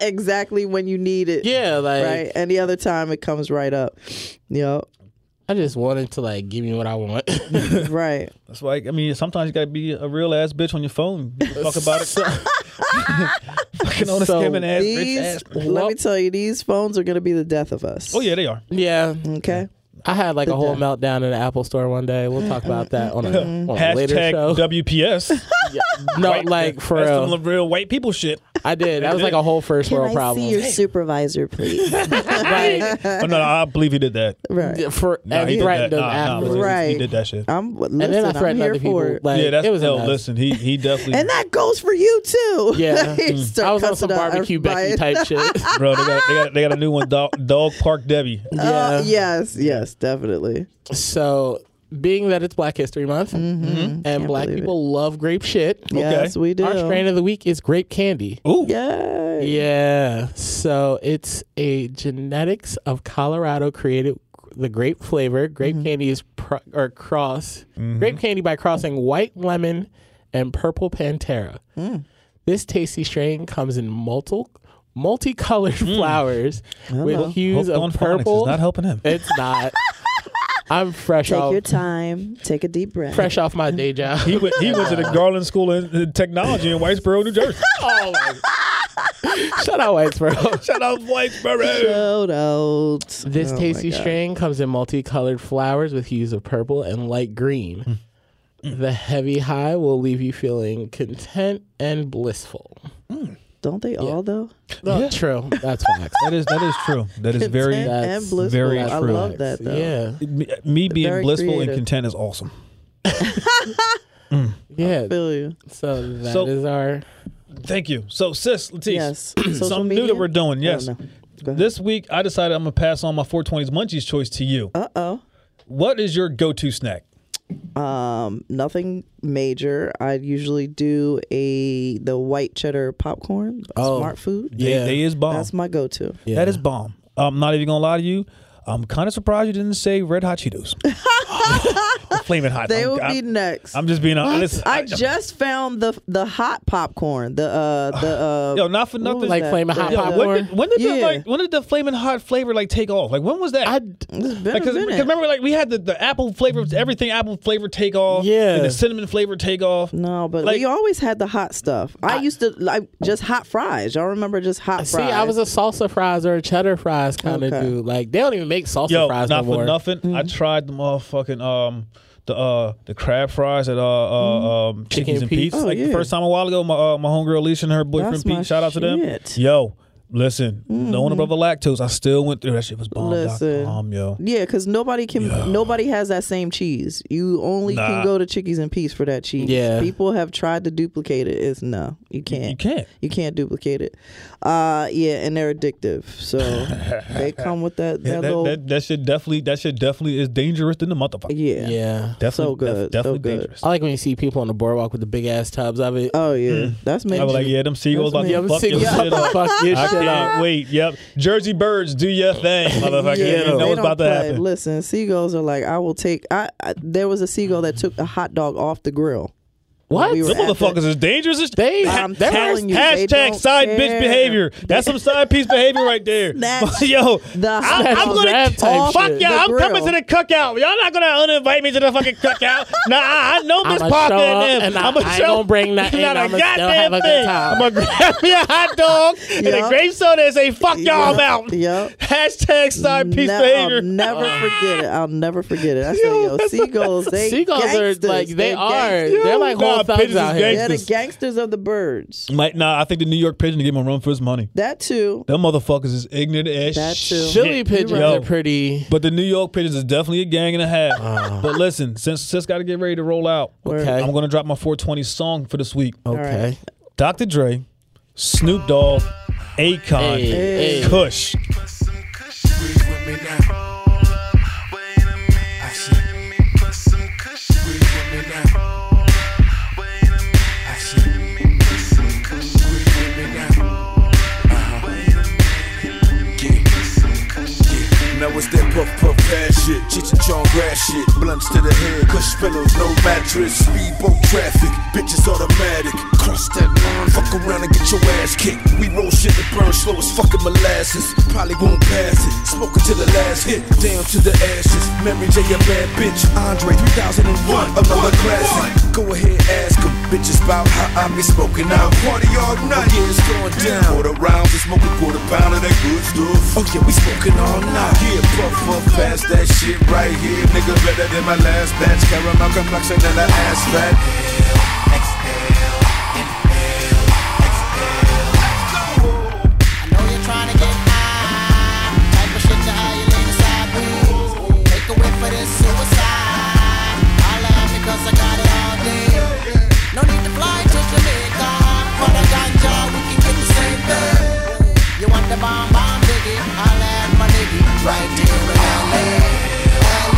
Speaker 6: Exactly when you need it.
Speaker 4: yeah, like
Speaker 6: Right. And the other time it comes right up. Yep.
Speaker 4: I just wanted to like give me what I want.
Speaker 6: right.
Speaker 3: That's why I mean sometimes you gotta be a real ass bitch on your phone. You can talk about it. Fucking on a
Speaker 4: So
Speaker 3: scamming ass bitch ass.
Speaker 6: These, let me tell you, these phones are going to be the death of us.
Speaker 3: Oh yeah, they are.
Speaker 4: yeah,
Speaker 6: Okay.
Speaker 4: I had like a whole meltdown in the Apple store one day. We'll talk about that on a, on a later
Speaker 3: Hashtag
Speaker 4: show.
Speaker 3: WPS.
Speaker 4: no, like for
Speaker 3: That's
Speaker 4: real,
Speaker 3: some real white people shit. Oh,
Speaker 4: I did. That was like a whole first world problem.
Speaker 6: supervisor, please?
Speaker 4: Like,
Speaker 3: Oh, no, I believe he did that.
Speaker 6: right.
Speaker 4: for
Speaker 3: Nah,
Speaker 4: and
Speaker 3: he
Speaker 4: he
Speaker 3: did
Speaker 4: threatened
Speaker 3: that.
Speaker 4: them
Speaker 3: Nah, nah,
Speaker 4: afterwards.
Speaker 3: listen,
Speaker 6: Right.
Speaker 3: He did that shit.
Speaker 6: I'm listen,
Speaker 4: And then I
Speaker 6: I'm
Speaker 4: threatened
Speaker 6: here
Speaker 4: other people.
Speaker 6: for it.
Speaker 4: Like,
Speaker 3: yeah, that's
Speaker 4: it was
Speaker 3: no.
Speaker 4: enough.
Speaker 3: Listen, he he definitely.
Speaker 6: and that goes for you too.
Speaker 4: Yeah. Mm.
Speaker 6: You start
Speaker 4: I was on
Speaker 6: cussing
Speaker 4: some
Speaker 6: out
Speaker 4: barbecue Becky
Speaker 6: everybody.
Speaker 4: type shit.
Speaker 3: bro, they got, they got they got a new one. Dog, Dog Park Debbie.
Speaker 6: Uh, yes, yes, definitely.
Speaker 4: So, being that it's Black History Month and black
Speaker 6: Mm-hmm. believe it.
Speaker 4: people love grape shit,
Speaker 6: Yes, we do.
Speaker 4: our strain of the week is grape candy.
Speaker 3: Ooh,
Speaker 6: Yay.
Speaker 4: Yeah. So, it's a genetics of Colorado created the grape flavor. Grape
Speaker 3: Mm-hmm.
Speaker 4: candy is pro- or cross grape candy by crossing white lemon and purple pantera.
Speaker 3: Mm.
Speaker 4: This tasty strain comes in multiple multicolored
Speaker 3: Mm.
Speaker 4: flowers with hues
Speaker 3: Hooked
Speaker 4: of
Speaker 3: on phonics is
Speaker 4: purple.
Speaker 3: not helping him.
Speaker 4: It's not. I'm fresh off
Speaker 6: time. Take a deep breath.
Speaker 4: fresh off my day job.
Speaker 3: He went, he went to the Garland School of uh, Technology in Whitesboro, New Jersey.
Speaker 4: oh my. Shut out, Whitesboro.
Speaker 3: Shout out Whitesboro.
Speaker 6: Shout out.
Speaker 4: This
Speaker 6: Oh my
Speaker 4: tasty
Speaker 6: God.
Speaker 4: strain comes in multicolored flowers with hues of purple and light
Speaker 6: Hmm.
Speaker 4: green. Mm. The heavy high will leave you feeling content and blissful.
Speaker 6: Don't they all though?
Speaker 4: True. That's facts.
Speaker 3: That is that is true. That is very
Speaker 6: Content
Speaker 4: that's
Speaker 6: and blissful.
Speaker 3: very
Speaker 6: I
Speaker 3: true.
Speaker 6: love that though.
Speaker 4: Yeah.
Speaker 3: me, me being
Speaker 6: Very
Speaker 3: blissful and
Speaker 6: creative.
Speaker 3: content is awesome.
Speaker 4: Yeah.
Speaker 6: Feel you.
Speaker 4: So that is
Speaker 3: So-
Speaker 4: our
Speaker 3: Thank you. So sis, Latisse,
Speaker 6: Yes. Social
Speaker 3: something
Speaker 6: media?
Speaker 3: new that we're doing. Yes.
Speaker 6: know. Go ahead.
Speaker 3: This week I decided I'm gonna pass on my 420s munchies choice to you.
Speaker 6: Uh oh.
Speaker 3: What is your go-to snack?
Speaker 6: Um, nothing major. I usually do a the white cheddar popcorn,
Speaker 4: Oh.
Speaker 6: smart food.
Speaker 3: They,
Speaker 4: Yeah.
Speaker 3: they is bomb.
Speaker 6: That's my go-to.
Speaker 3: That is bomb. I'm not even gonna lie to you. I'm kind of surprised you didn't say red hot Cheetos. The Flaming hot.
Speaker 6: They
Speaker 3: I'm,
Speaker 6: will be
Speaker 3: I'm,
Speaker 6: next. i
Speaker 3: I'm just being honest.
Speaker 6: just found the the hot popcorn. The uh the uh
Speaker 3: yo, not for
Speaker 6: what was
Speaker 3: nothing.
Speaker 4: Like
Speaker 6: that?
Speaker 4: flaming hot
Speaker 6: The-
Speaker 3: Yo,
Speaker 4: popcorn?
Speaker 3: when did, when did the
Speaker 6: Yeah.
Speaker 3: like when did the flaming hot flavor like take off? Like when was that?
Speaker 4: I
Speaker 3: Like,
Speaker 4: d-
Speaker 6: It's been a
Speaker 3: Cause,
Speaker 6: minute.
Speaker 3: 'cause remember, like we had the, the apple flavor, everything apple flavor take off.
Speaker 4: Yeah.
Speaker 3: and the cinnamon flavor take off.
Speaker 6: No, but
Speaker 3: Like-
Speaker 6: we always had the hot stuff. I, used to like just hot fries. Y'all remember just hot
Speaker 4: see.
Speaker 6: fries?
Speaker 4: I was a salsa fries or a cheddar fries kind of
Speaker 6: Okay.
Speaker 4: dude. Like they don't even make salsa
Speaker 3: Yo,
Speaker 4: fries
Speaker 3: not
Speaker 4: no more.
Speaker 3: for nothing. I
Speaker 6: Mm-hmm.
Speaker 3: tried the motherfucking um the uh the crab fries at uh,
Speaker 6: Mm-hmm.
Speaker 3: uh um Chickies
Speaker 4: Chicken
Speaker 3: and
Speaker 4: Pete's.
Speaker 3: Pete's.
Speaker 6: Oh,
Speaker 3: like the
Speaker 6: yeah.
Speaker 3: first time a while ago, my uh, my homegirl Alicia and her boyfriend
Speaker 6: That's my
Speaker 3: Pete. Shout out to them.
Speaker 6: shit. Mm-hmm.
Speaker 3: Yo, listen, knowing about the lactose, I still went through that shit was bomb.
Speaker 6: Listen.
Speaker 3: Listen, bomb, yo.
Speaker 6: yeah, because nobody can. Nobody has that same cheese. You only
Speaker 3: Nah.
Speaker 6: can go to Chickies and Peas for that cheese.
Speaker 4: Yeah.
Speaker 6: people have tried to duplicate it. It's no, you can't.
Speaker 3: You can't.
Speaker 6: You can't duplicate it. Uh, yeah, and they're addictive. So they come with that that,
Speaker 3: That,
Speaker 6: little
Speaker 3: that, that, that shit definitely that shit definitely is dangerous than the motherfucker.
Speaker 6: yeah.
Speaker 4: Yeah.
Speaker 3: Definitely,
Speaker 6: So good, so
Speaker 3: def- definitely
Speaker 6: good.
Speaker 3: dangerous.
Speaker 4: I like when you see people on the boardwalk with the big ass tubs of it.
Speaker 6: Oh yeah, that's
Speaker 3: Mm. I was
Speaker 6: major.
Speaker 3: like, yeah, them seagulls about
Speaker 6: That's
Speaker 3: to
Speaker 4: Yo,
Speaker 3: fuck
Speaker 4: see,
Speaker 3: your
Speaker 4: yeah.
Speaker 3: shit up.
Speaker 4: fuck
Speaker 3: I
Speaker 4: your shit up.
Speaker 3: cannot wait. Yep, Jersey birds, do your thing, motherfucker.
Speaker 6: Yeah,
Speaker 3: you know
Speaker 6: they
Speaker 3: what's
Speaker 6: don't
Speaker 3: about to
Speaker 6: play.
Speaker 3: happen.
Speaker 6: Listen, seagulls are like, I will take. I, I there was a seagull that took a hot dog off the grill.
Speaker 4: What?
Speaker 6: We were
Speaker 3: Them
Speaker 6: at the-
Speaker 3: motherfuckers is dangerous as
Speaker 4: They-
Speaker 3: Ha-
Speaker 4: I'm
Speaker 3: that-
Speaker 6: telling you, they
Speaker 3: hashtag
Speaker 6: don't
Speaker 3: side bitch
Speaker 6: care.
Speaker 3: behavior. That's some side piece behavior right there.
Speaker 6: Snatch
Speaker 3: Yo,
Speaker 6: the
Speaker 3: I, am
Speaker 4: hot
Speaker 3: gonna
Speaker 4: dog type
Speaker 3: fuck
Speaker 4: shit.
Speaker 3: y'all.
Speaker 6: The
Speaker 3: I'm coming
Speaker 6: grill.
Speaker 3: to the cookout. Y'all not gonna uninvite me to the fucking cookout. nah, I know Miss
Speaker 4: I'ma
Speaker 3: Parker
Speaker 4: show up
Speaker 3: and them.
Speaker 4: and I-
Speaker 3: I'ma
Speaker 4: I ain't
Speaker 3: show-
Speaker 4: gonna bring nothing.
Speaker 3: Not a
Speaker 4: I'ma still
Speaker 3: goddamn
Speaker 4: have a good
Speaker 3: thing.
Speaker 4: time.
Speaker 3: I'ma grab me a hot dog and a
Speaker 6: Yup.
Speaker 3: grape soda and say fuck y'all. I'm
Speaker 6: Yup,
Speaker 3: out.
Speaker 6: yup.
Speaker 3: Hashtag side piece
Speaker 6: Ne-
Speaker 3: behavior.
Speaker 6: I'll never forget it. I'll never forget it. I said, yo, seagulls, they
Speaker 4: Seagulls
Speaker 6: gangsters.
Speaker 4: are like they
Speaker 6: They're
Speaker 4: are.
Speaker 6: gangsters.
Speaker 4: They're like
Speaker 3: Nah,
Speaker 4: whole
Speaker 3: pigeons
Speaker 4: thugs
Speaker 3: is
Speaker 4: out
Speaker 3: gangsters.
Speaker 4: here.
Speaker 6: They're the
Speaker 3: gangsters.
Speaker 6: gangsters of the birds.
Speaker 3: Like, nah, I think the New York Pigeon to give him a run for his money.
Speaker 6: That too.
Speaker 3: Them motherfuckers is ignorant as
Speaker 6: That too.
Speaker 3: shit.
Speaker 4: Chili pigeons
Speaker 3: Yo.
Speaker 4: are pretty.
Speaker 3: But the New York Pigeons is definitely a gang and a
Speaker 4: Ah.
Speaker 3: half. but listen, since since got to get ready to roll out,
Speaker 4: Okay.
Speaker 3: I'm gonna drop my 420 song for this week.
Speaker 4: Okay.
Speaker 3: Dr. Dre, Snoop Dogg, Akon,
Speaker 4: Hey, hey.
Speaker 3: Kush.
Speaker 5: Squeeze with me now. I said, Squeeze with me now. I said, Squeeze with me now. Uh-huh. Yeah. Now it's that puff puff ass shit, Cheech and Chong grass shit, blunts to the head, cush pillows, no mattress, speedboat traffic, bitches automatic. Cross that line, fuck around and get your ass kicked. We roll shit that burn slow as fucking molasses. Probably won't pass it, smoking till the last hit, down to the ashes. Mary J, a bad bitch, Andre 3001, another classic. Go ahead, ask 'em, bitches about how I be smoking out. Party all night, yeah, it's going down. Quarter rounds, we smoking quarter pound of that good stuff. Oh yeah, we smoking all night. Yeah, puff up, pass that shit right here, nigga. Better than my last batch. Caramel complexion and an ass fat.
Speaker 7: know you're trying to get high. Type of shit to how you lean inside boots. Take a whiff for this suicide. Holla at me 'cause I got it all day. No need to fly to Jamaica. For the ganja, we can get the same thing. You want the bomb, bomb, biggie? Holla at my nigga. Right here in LA.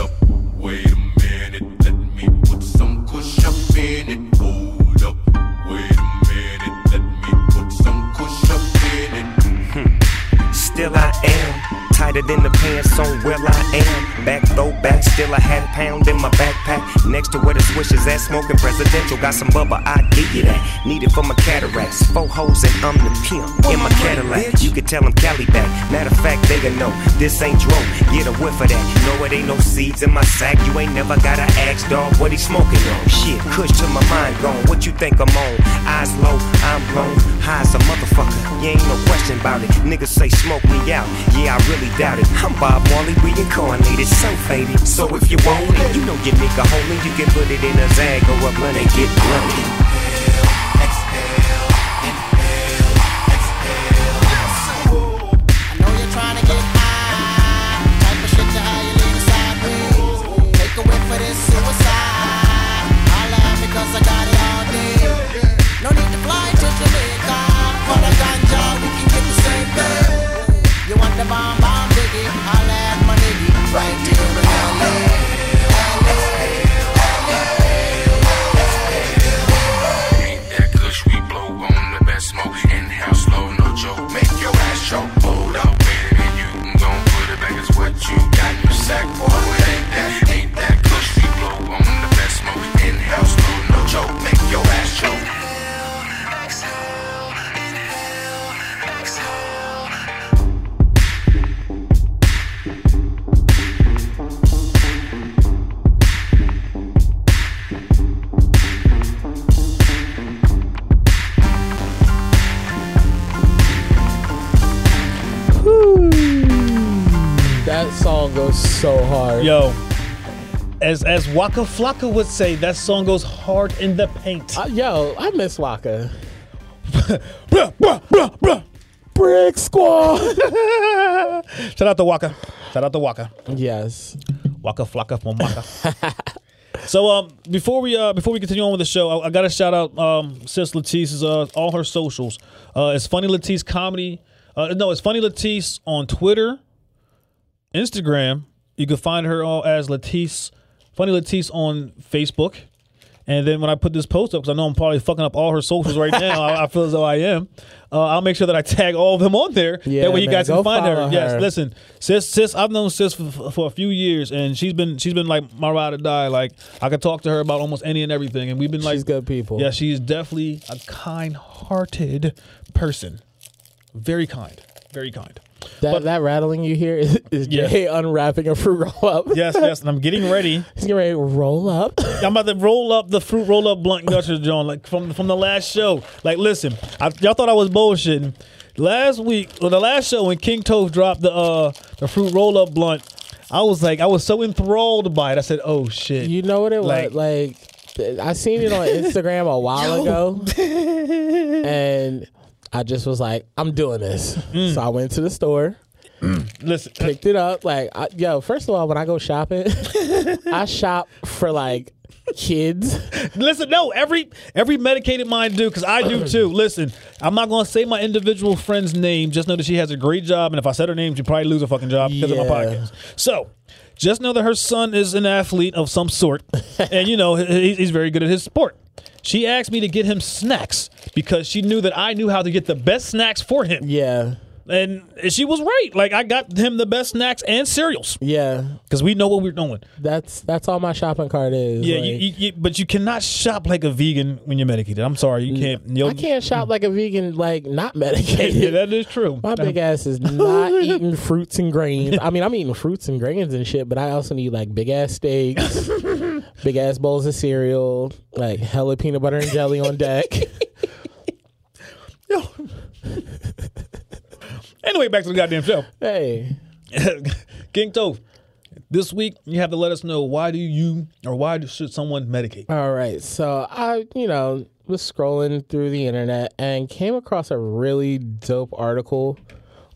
Speaker 5: up. Wait a minute, let me put some kush up in it. Hold up. Wait a minute, let me put some kush up in it.
Speaker 8: still I am. Tighter than the pants on well I am. Back throw back, still I had a pound in my backpack. Next to where the swish is at, smoking presidential. Got some bubble, I give you that. Need it for my cataracts. Four hoes and I'm the pimp in my Cadillac. You can tell them Cali back. Matter of fact, they gonna know this ain't drone. Get a whiff of that. No, it ain't no seeds in my sack. You ain't never gotta ask, dog, what he smoking on. Shit, cush to my mind gone. What you think I'm on? Eyes low, I'm blown. High as a motherfucker. You ain't no question about it. Niggas say smoke me out. Yeah, I really doubt it. I'm Bob Marley reincarnated, so faded. So if you want it, you know your nigga homie. You can put it in a zag or a blunt and get blunted.
Speaker 7: I know you're trying to get high. Type of shit to how you lean inside boots. Take a whiff for this suicide. Holla at me 'cause I got it all day. No need to fly to Jamaica. For the ganja, we can get the same thing. You want the bomb, bomb, biggie? I
Speaker 9: It's your boat, I'll win it, and you can go put it back. It's what you got, you sack boy. It ain't that, ain't that push we blow. I'm the best smoke in hell, slow, no joke, make your ass choke.
Speaker 4: That song goes so hard.
Speaker 3: Yo, as as Waka Flocka would say, that song goes hard in the paint.
Speaker 4: Uh, yo, I miss Waka.
Speaker 3: Bruh, bruh, bruh, bruh.
Speaker 4: Brick Squad.
Speaker 3: Shout out to Waka. Shout out to Waka.
Speaker 4: yes.
Speaker 3: Waka Flocka from Waka. So um, before we uh, before we continue on with the show, I, I got to shout out um, Sis Latisse's uh, all her socials. Uh, it's Funny Latisse Comedy. Uh, no, it's Funny Latisse on Twitter, Instagram. You can find her all as Latisse, Funny Latisse on Facebook. And then when I put this post up, because I know I'm probably fucking up all her socials right now, I, I feel as though I am. Uh, I'll make sure that I tag all of them on there.
Speaker 4: Yeah,
Speaker 3: that way you
Speaker 4: man,
Speaker 3: guys
Speaker 4: go
Speaker 3: can find her.
Speaker 4: follow her.
Speaker 3: Yes, listen, sis, sis, I've known sis for, for a few years, and she's been she's been like my ride or die. Like I could talk to her about almost any and everything, and we've been like
Speaker 4: She's good people.
Speaker 3: Yeah, she's definitely a kind-hearted person, very kind, very kind.
Speaker 4: That,
Speaker 3: But-
Speaker 4: that rattling you hear is, is
Speaker 3: Yeah.
Speaker 4: Jay unwrapping a fruit roll up.
Speaker 3: Yes, yes, and I'm getting ready.
Speaker 4: He's getting ready to roll up.
Speaker 3: I'm about to roll up the fruit roll up blunt gushers, John. Like from from the last show. Like, listen, I, y'all thought I was bullshitting. Last week, or the last show when King Toast dropped the uh the fruit roll up blunt, I was like, I was so enthralled by it. I said, oh shit.
Speaker 4: You know what it
Speaker 3: Like-
Speaker 4: was like. th- I seen it on Instagram a while ago, and I just was like, "I'm doing this." So I went to the store,
Speaker 3: listen,
Speaker 4: picked it up. Like, I, yo, first of all, when I go shopping, I shop for like kids.
Speaker 3: listen, no, every every medicated mind do, because I do too. Listen, I'm not gonna say my individual friend's name. Just know that she has a great job, and if I said her name, she'd probably lose her fucking job because of my
Speaker 4: Yeah.
Speaker 3: podcast. So just know that her son is an athlete of some sort, and you know he- he's very good at his sport. She asked me to get him snacks because she knew that I knew how to get the best snacks for him,
Speaker 4: Yeah,
Speaker 3: and she was right. Like I got him the best snacks and cereals
Speaker 4: yeah.
Speaker 3: because we know what we're doing.
Speaker 4: That's that's all my shopping cart is.
Speaker 3: Yeah,
Speaker 4: like,
Speaker 3: you, you, you, but you cannot shop like a vegan when you're medicated. I'm sorry, you can't. you'll-
Speaker 4: Mm. I can't shop like a vegan, like not medicated.
Speaker 3: Yeah, that is true.
Speaker 4: My big ass is not eating fruits and grains. I mean, I'm eating fruits and grains and shit, but I also need like big ass steaks, big ass bowls of cereal, like hella peanut butter and jelly on deck.
Speaker 3: Yo. anyway, back to the goddamn show.
Speaker 4: hey,
Speaker 3: King Tove, this week you have to let us know why do you or why do- should someone medicate?
Speaker 4: all right. So I, you know, was scrolling through the internet and came across a really dope article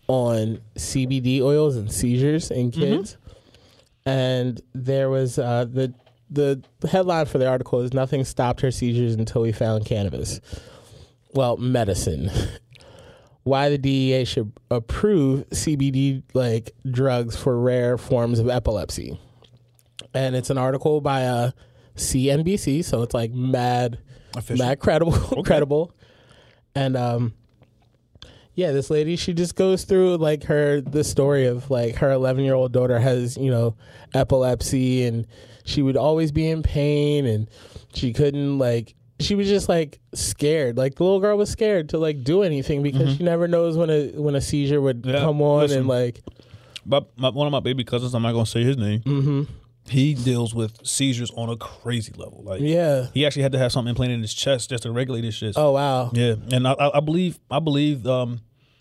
Speaker 4: on CBD oils and seizures in kids. and there was uh, the the headline for the article is nothing stopped her seizures until we found cannabis. Well, medicine. Why the DEA should approve CBD like drugs for rare forms of epilepsy, and it's an article by uh, CNBC, so it's like mad, mad credible, credible, and um. Yeah, this lady, she just goes through like her the story of like her 11 year old daughter has you know epilepsy and she would always be in pain and she couldn't like she was just like scared like the little girl was scared to like do anything because she never knows when a when a seizure would
Speaker 3: Mm-hmm. Yeah,
Speaker 4: come on
Speaker 3: listen.
Speaker 4: and like
Speaker 3: My, my, one of my baby cousins, I'm not gonna say his name.
Speaker 4: Mm-hmm.
Speaker 3: He deals with seizures on a crazy level. Like,
Speaker 4: yeah
Speaker 3: he actually had to have something implanted in his chest just to regulate his shit.
Speaker 4: oh wow
Speaker 3: yeah. And I, I, I believe, I believe um,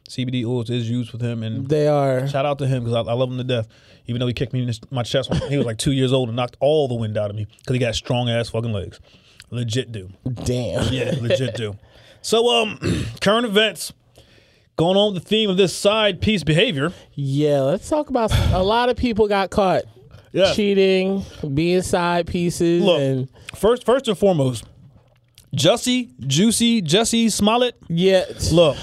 Speaker 3: CBD oils is used with him, and
Speaker 4: they are
Speaker 3: Shout out to him because I, I love him to death. Even though he kicked me in his, my chest when he was like two years old and knocked all the wind out of me because he got strong ass fucking legs. Legit do.
Speaker 4: damn
Speaker 3: Yeah, legit do. So, um, current events. Going on with the theme of this side piece behavior.
Speaker 4: yeah let's talk about a lot of people got caught
Speaker 3: Yeah.
Speaker 4: cheating being side pieces
Speaker 3: Look.
Speaker 4: and
Speaker 3: First, first and foremost, Jussie, Juicy, Jesse Smollett.
Speaker 4: yeah
Speaker 3: Look,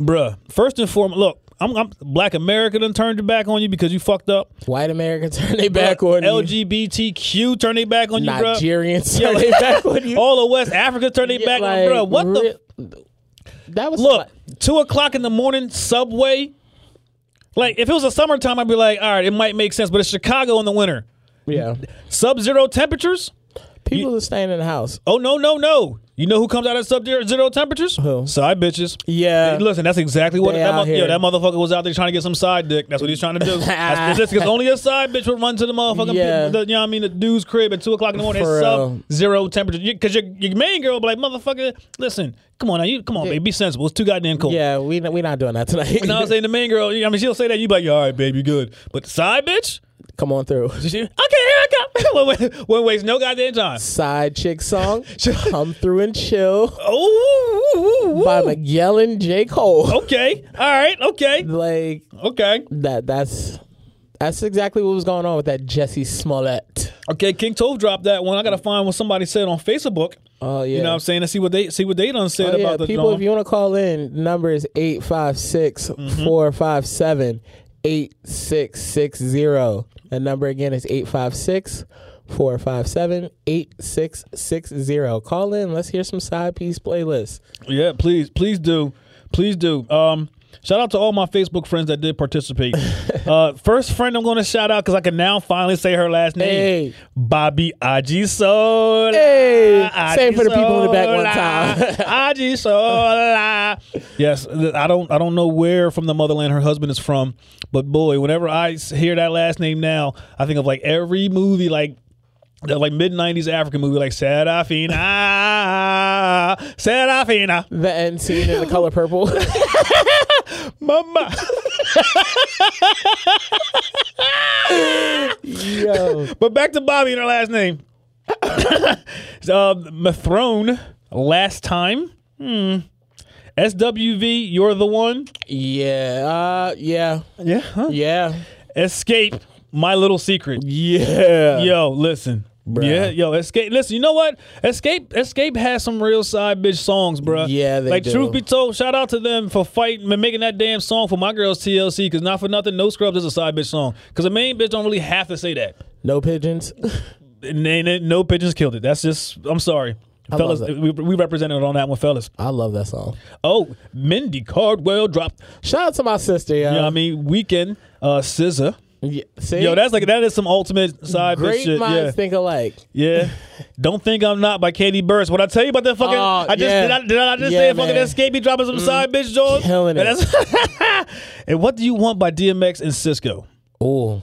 Speaker 3: bruh. First and foremost, look. I'm, I'm black America done turned your back on you because you fucked up.
Speaker 4: white Americans turn their back on you.
Speaker 3: LGBTQ turned their back on you, bruh.
Speaker 4: Nigerians
Speaker 3: Yeah,
Speaker 4: turn
Speaker 3: like-
Speaker 4: their back on you.
Speaker 3: all of West Africa turned their
Speaker 4: Yeah,
Speaker 3: back
Speaker 4: like,
Speaker 3: on bro. What the
Speaker 4: re- That was
Speaker 3: look? two o'clock in the morning subway. Like if it was a summertime, I'd be like, all right, it might make sense. But it's Chicago in the winter,
Speaker 4: Yeah.
Speaker 3: sub-zero temperatures.
Speaker 4: People are staying in the house.
Speaker 3: Oh no, no, no! You know who comes out at sub-zero temperatures?
Speaker 4: Who?
Speaker 3: Side bitches.
Speaker 4: Yeah.
Speaker 3: Hey, Listen, that's exactly what
Speaker 4: They
Speaker 3: that,
Speaker 4: out
Speaker 3: mo- yo,
Speaker 4: here.
Speaker 3: that motherfucker was out there trying to get some side dick. That's what he's trying to do. That's, listen, 'cause only a side bitch would run to the motherfucking,
Speaker 4: Yeah.
Speaker 3: the, you know what I mean, the dude's crib at 2 o'clock in the morning.
Speaker 4: For
Speaker 3: It's
Speaker 4: real.
Speaker 3: sub zero temperature. Because your, your main girl will be like, motherfucker, listen, come on now, you come on, baby, be sensible. It's too goddamn cold.
Speaker 4: Yeah, we we're not doing that tonight.
Speaker 3: You know what I'm saying? The main girl, I mean, she'll say that. You be like, yeah, all right, babe, you good. But the side bitch,
Speaker 4: Come on through.
Speaker 3: she, okay, here I come. wait, wait, wait, waste no goddamn time.
Speaker 4: Side chick song. Come through and chill
Speaker 3: Oh, ooh, ooh, ooh,
Speaker 4: by
Speaker 3: ooh. Oh.
Speaker 4: Miguel and J Cole.
Speaker 3: okay, all right, okay,
Speaker 4: Like
Speaker 3: okay.
Speaker 4: that. That's that's exactly what was going on with that Jesse Smollett.
Speaker 3: Okay, King Tove dropped that one. I gotta find what somebody said on Facebook.
Speaker 4: Oh yeah.
Speaker 3: You know what I'm saying? And see what they see what they done said
Speaker 4: Oh, yeah,
Speaker 3: about the
Speaker 4: people,
Speaker 3: drama.
Speaker 4: if you want to call in, number is
Speaker 3: Mm-hmm.
Speaker 4: 856-457-8660. The number again is 856-457-8660. Call in. Let's hear some side piece playlists.
Speaker 3: yeah, please, please do. Please do. Um Shout out to all my Facebook friends that did participate. uh, first friend I'm going to shout out because I can now finally say her last name,
Speaker 4: Hey.
Speaker 3: Bobby Ajisola.
Speaker 4: Hey, same for the people in the back one time.
Speaker 3: Ajisola. yes, th- I don't I don't know where from the motherland her husband is from, but boy, whenever I s- hear that last name now, I think of like every movie like that like mid '90s African movie like Serafina, Serafina,
Speaker 4: the end scene in the color purple.
Speaker 3: Mama.
Speaker 4: Yo.
Speaker 3: But back to Bobby and her last name. uh, Mathrone, last time. Hmm. SWV, you're the one.
Speaker 4: Yeah. Uh, yeah.
Speaker 3: Yeah. Huh?
Speaker 4: Yeah.
Speaker 3: Escape, my little secret.
Speaker 4: Yeah.
Speaker 3: Yo, listen. Yeah, yo, escape. Listen, you know what? Escape, escape has some real side bitch songs, bruh.
Speaker 4: Yeah, they
Speaker 3: like
Speaker 4: do.
Speaker 3: truth be told, shout out to them for fighting and making that damn song for my girls TLC. Because not for nothing, no scrubs is a side bitch song. Because the main bitch don't really have to say that.
Speaker 4: No pigeons.
Speaker 3: And they- they- no pigeons killed it. That's just. I'm sorry, fellas.
Speaker 4: love it.
Speaker 3: We, we represented on that one, fellas.
Speaker 4: I love that song.
Speaker 3: Oh, Mindy Cardwell dropped.
Speaker 4: Shout out to my sister, yo.
Speaker 3: You know what I mean? Weekend, uh, Scissor.
Speaker 4: Yeah, see?
Speaker 3: Yo, that's like that is some ultimate side bitch
Speaker 4: Great
Speaker 3: shit.
Speaker 4: minds
Speaker 3: Yeah,
Speaker 4: think alike.
Speaker 3: yeah. Don't think I'm not by Katie Burst. What I tell you about that fucking?
Speaker 4: Oh,
Speaker 3: I just
Speaker 4: yeah.
Speaker 3: did I, did I just
Speaker 4: Yeah,
Speaker 3: say a fucking
Speaker 4: man. Mm.
Speaker 3: escape? He dropping some side bitch jaws.
Speaker 4: Killing it.
Speaker 3: And, that's- and what do you want by DMX and Cisco?
Speaker 4: Oh,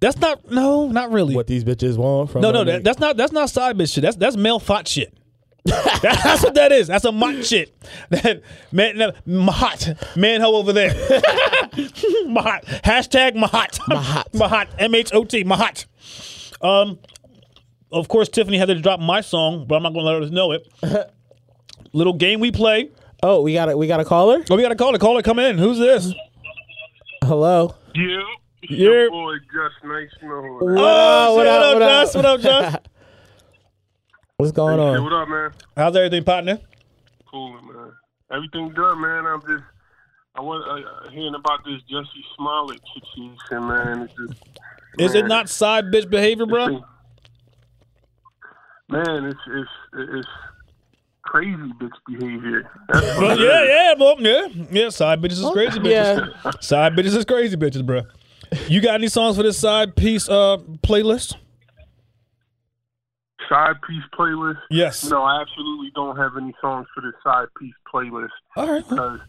Speaker 3: That's not no, not really.
Speaker 4: what these bitches want from
Speaker 3: No, no,
Speaker 4: me.
Speaker 3: that, that's not that's not side bitch shit. That's that's male thought shit. That- that's what that is. That's a mot shit. That man, no, Mahat manho over there. Mahat hashtag Mahat
Speaker 4: Mahat.
Speaker 3: Mahat M H O T Mahat. Um, of course, Tiffany had to drop my song, but I'm not gonna let her know it. Little game we play.
Speaker 4: Oh, we got a we got a caller.
Speaker 3: Oh, we got a caller. Caller, come in. Who's this?
Speaker 4: Hello.
Speaker 10: Yeah.
Speaker 3: You're.
Speaker 10: Boy, just nice knowing.
Speaker 4: What
Speaker 3: Oh, what up,
Speaker 4: what up?
Speaker 3: Josh? What up, Josh?
Speaker 4: What's going
Speaker 10: Hey,
Speaker 4: on?
Speaker 10: what up, man?
Speaker 3: How's everything, partner?
Speaker 10: Cool, man. Everything good, man. I'm just, I was uh, hearing about this Jesse Smollett situation, man. It's just,
Speaker 3: Is it not side bitch behavior, bro?
Speaker 10: man, it's it's it's crazy bitch behavior. That's what it
Speaker 3: Well, yeah,
Speaker 10: is.
Speaker 3: yeah, bro. Yeah, yeah. Side bitches is crazy bitches.
Speaker 4: Yeah.
Speaker 3: Side bitches is crazy bitches, bro. You got any songs for this side piece uh playlist?
Speaker 10: Side piece playlist.
Speaker 3: Yes.
Speaker 10: No, I absolutely don't have any songs for this side piece playlist
Speaker 3: All right.
Speaker 10: because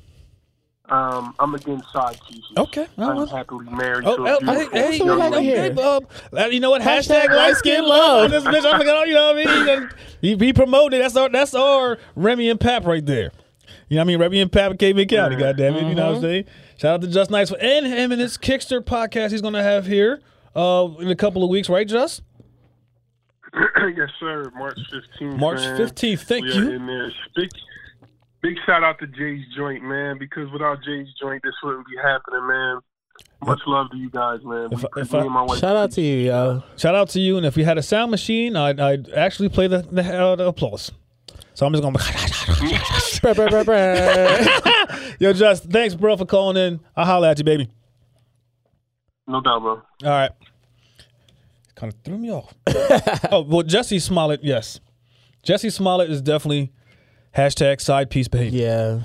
Speaker 10: um, I'm against side pieces.
Speaker 3: Okay.
Speaker 10: I'm
Speaker 3: Well,
Speaker 10: happily married
Speaker 3: Oh,
Speaker 10: to
Speaker 3: oh,
Speaker 10: a
Speaker 3: hey,
Speaker 10: beautiful
Speaker 3: hey,
Speaker 10: young
Speaker 4: like to
Speaker 10: lady.
Speaker 4: hear.
Speaker 3: okay, Bob. Uh, you know what? Hashtag,
Speaker 4: Hashtag
Speaker 3: light skin
Speaker 4: light-skin
Speaker 3: love. this
Speaker 4: love.
Speaker 3: bitch, I forgot. You know what I mean? He, done- he, he promoted. That's our. That's our Remy and Pap right there. You know what I mean? Remy and Pap, KB County. God damn it. You know what I'm saying? Shout out to Just Nice and him and his Kickster podcast he's gonna have here uh in a couple of weeks, right, Just?
Speaker 10: yes, sir. March 15th.
Speaker 3: March
Speaker 10: man.
Speaker 3: 15th. Thank
Speaker 10: we
Speaker 3: you.
Speaker 10: Are in there. Big, big shout out to Jay's Joint, man, because without Jay's Joint, this wouldn't be happening, man. Much love to you guys, man.
Speaker 3: If I- if
Speaker 10: me
Speaker 3: I-
Speaker 10: and my wife.
Speaker 4: Shout out to you, yo.
Speaker 3: Shout out to you. And if we had a sound machine, I'd, I'd actually play the, the, uh, the applause. So I'm just gonna.
Speaker 4: Brr, brr, brr, brr.
Speaker 3: Yo, Just, thanks, bro, for calling in. I'll holler at you, baby.
Speaker 10: No doubt, bro.
Speaker 3: All right. Kind of threw me off. oh, well, Jesse Smollett, yes. Jesse Smollett is definitely hashtag side piece behavior.
Speaker 4: yeah.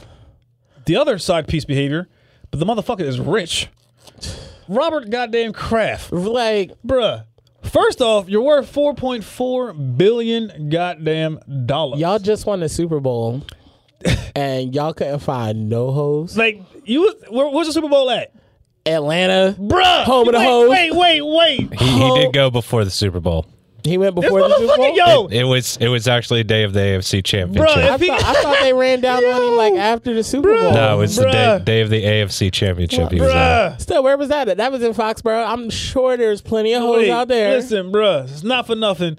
Speaker 3: The other side piece behavior, but the motherfucker is rich. Robert goddamn Kraft.
Speaker 4: Like,
Speaker 3: Bruh. First off, you're worth 4.4 billion goddamn dollars.
Speaker 4: y'all just won the Super Bowl, and y'all couldn't find no hoes.
Speaker 3: like you where, where's the Super Bowl at?
Speaker 4: Atlanta,
Speaker 3: Bruh.
Speaker 4: Home of the
Speaker 3: wait,
Speaker 4: hoes.
Speaker 3: Wait, wait, wait.
Speaker 11: He, he
Speaker 4: Oh.
Speaker 11: did go before the Super Bowl.
Speaker 4: He went
Speaker 3: This
Speaker 4: before the Super Bowl.
Speaker 3: motherfucker, yo.
Speaker 11: It was it was actually a day of the AFC Championship.
Speaker 3: Bruh,
Speaker 4: I, thought, I thought they ran down on him like after the Super Bowl.
Speaker 11: no, it's the day,
Speaker 3: Bruh.
Speaker 11: day of the AFC Championship. He was at.
Speaker 3: bruh.
Speaker 4: Still, where was that at? That was in Foxborough. I'm sure there's plenty of hoes
Speaker 3: Wait,
Speaker 4: out there.
Speaker 3: Listen, bruh, it's not for nothing.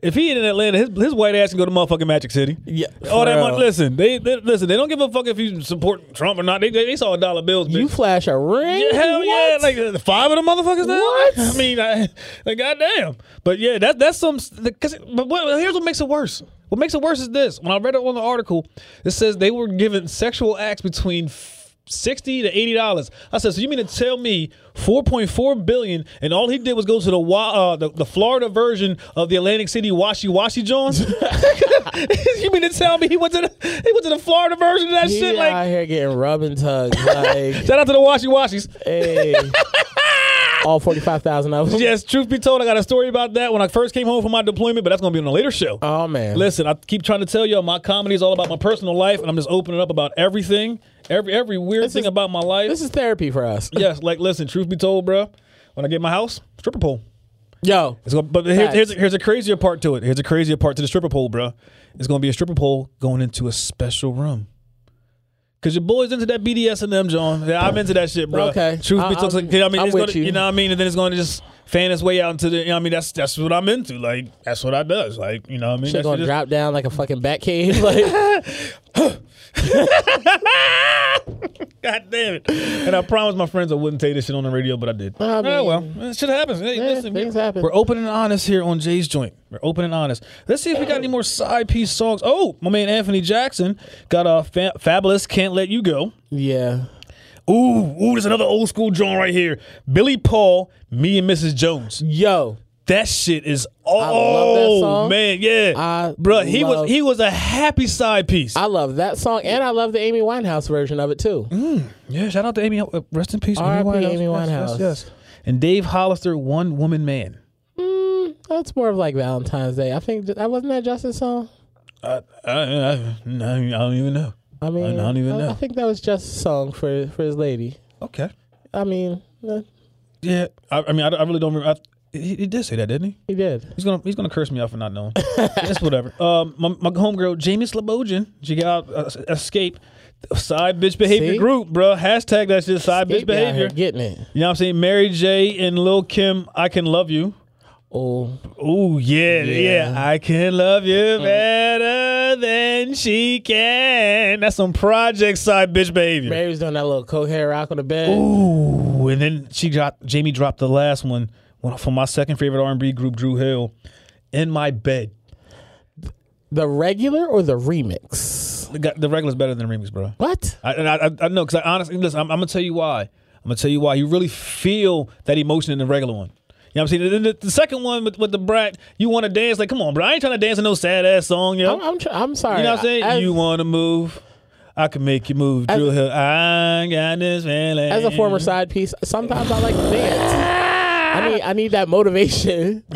Speaker 3: If he in Atlanta, his, his white ass can go to motherfucking Magic City.
Speaker 4: Yeah,
Speaker 3: All that
Speaker 4: for
Speaker 3: money.
Speaker 4: real.
Speaker 3: Listen, they, they- listen. They don't give a fuck if you support Trump or not. They they, they saw dollar bills.
Speaker 4: You
Speaker 3: bitch.
Speaker 4: flash a ring?
Speaker 3: Yeah, hell yeah!
Speaker 4: What?
Speaker 3: Like uh, five of them motherfuckers now.
Speaker 4: What?
Speaker 3: I mean, I, like goddamn. But yeah, that that's some. the- Cause, but what, here's what makes it worse. What makes it worse is this. When I read it on the article, it says they were given sexual acts between f- sixty to eighty dollars. I said, so you mean to tell me four point four billion and all he did was go to the wa- uh, the, the Florida version of the Atlantic City washy washy Johns? you mean to tell me he went to the, he went to the Florida version of that
Speaker 4: He
Speaker 3: shit?
Speaker 4: out
Speaker 3: Like
Speaker 4: here getting rub and tugs. Like,
Speaker 3: shout out to the washy washies.
Speaker 4: hey. All 45,000 of them.
Speaker 3: Yes, truth be told, I got a story about that when I first came home from my deployment, but that's gonna be on a later show.
Speaker 4: Oh, man.
Speaker 3: Listen, I keep trying to tell y'all my comedy is all about my personal life, and I'm just opening up about everything, every every weird
Speaker 4: This
Speaker 3: thing
Speaker 4: is-
Speaker 3: about my life.
Speaker 4: This is therapy for us.
Speaker 3: yes, like listen, truth be told, bruh, when I get my house, stripper pole.
Speaker 4: Yo,
Speaker 3: It's gonna, but here's,
Speaker 4: Facts.
Speaker 3: here's here's a crazier part to it. Here's a crazier part to the stripper pole, bruh. It's gonna be a stripper pole going into a special room. Cause your boy's into that BDS and them, John. Yeah, I'm into that shit, bro.
Speaker 4: Okay.
Speaker 3: Truth
Speaker 4: I-
Speaker 3: be told,
Speaker 4: I'm-
Speaker 3: like, you know what I mean,
Speaker 4: I'm
Speaker 3: it's
Speaker 4: with
Speaker 3: gonna,
Speaker 4: you.
Speaker 3: know what I mean, and then it's going to just fan its way out into the. You know what I mean, that's that's what I'm into. Like that's what I does. Like you know what I mean.
Speaker 4: shit
Speaker 3: That
Speaker 4: gonna
Speaker 3: shit is-
Speaker 4: drop down like a fucking bat cave. Like,
Speaker 3: God damn it! And I promised my friends I wouldn't say this shit on the radio, but I did.
Speaker 4: I
Speaker 3: oh
Speaker 4: mean-
Speaker 3: well, shit happens. Hey, listen,
Speaker 4: things happen.
Speaker 3: We're open and honest here on Jay's Joint. We're open and honest. Let's see if we got any more side piece songs. Oh, my man Anthony Jackson got a fa- fabulous "Can't Let You Go."
Speaker 4: yeah.
Speaker 3: Ooh, ooh, there's another old school joint right here. Billy Paul, me and Mrs. Jones.
Speaker 4: Yo,
Speaker 3: That shit is
Speaker 4: I love that
Speaker 3: oh
Speaker 4: song.
Speaker 3: man, yeah,
Speaker 4: I
Speaker 3: Bruh, He
Speaker 4: love-
Speaker 3: was he was a happy side piece.
Speaker 4: I love that song, and I love the Amy Winehouse version of it too.
Speaker 3: Mm-hmm. Yeah, shout out to Amy. uh, Rest in peace,
Speaker 4: R.I.P.
Speaker 3: Winehouse.
Speaker 4: Amy
Speaker 3: Yes, yes,
Speaker 4: Winehouse.
Speaker 3: yes. And Dave Hollister, one woman man.
Speaker 4: That's more of like Valentine's Day. I think that wasn't that Justin's song.
Speaker 3: I, I, I don't even know.
Speaker 4: I mean,
Speaker 3: don't even know.
Speaker 4: I think that was Justin's song for for his lady.
Speaker 3: Okay.
Speaker 4: I mean, eh,
Speaker 3: Yeah, I, I mean, I, don't- I really don't remember. I, he, he did say that, didn't he?
Speaker 4: he did.
Speaker 3: He's gonna he's gonna curse me out for not knowing. That's whatever. Um, my, my homegirl Jameis Labojan, she got out uh, escape side bitch behavior
Speaker 4: See?
Speaker 3: group, bro. Hashtag that shit side
Speaker 4: Gabe
Speaker 3: bitch
Speaker 4: be out here
Speaker 3: behavior.
Speaker 4: getting it.
Speaker 3: You know what I'm saying? Mary J and Lil Kim, I can love you.
Speaker 4: Oh,
Speaker 3: Oh yeah, yeah,
Speaker 4: Yeah. Uh-huh.
Speaker 3: I can love you better than she can. That's some project side bitch behavior.
Speaker 4: Mary was doing that little cohair rock on the bed.
Speaker 3: Ooh, and then she dropped. Jamie dropped the last one, one for my second favorite R&B group, Drew Hill, in my bed.
Speaker 4: The regular or the remix?
Speaker 3: The, guy- the regular's better than the remix, bro.
Speaker 4: What?
Speaker 3: I, and I, I, I know because I honestly listen. I'm, I'm gonna tell you why. I'm gonna tell you why. You really feel that emotion in the regular one. You know what I'm saying? The, the- the second one with, with the brat, you want to dance like, come on, bro. I ain't trying to dance in no sad ass song, yo.
Speaker 4: I'm I'm, tr- I'm sorry.
Speaker 3: You know what I'm saying?
Speaker 4: As,
Speaker 3: you want to move? I can make you move,
Speaker 4: As-
Speaker 3: Drew Hill. I got this feeling.
Speaker 4: as a former side piece, sometimes I like to dance. I need I need that motivation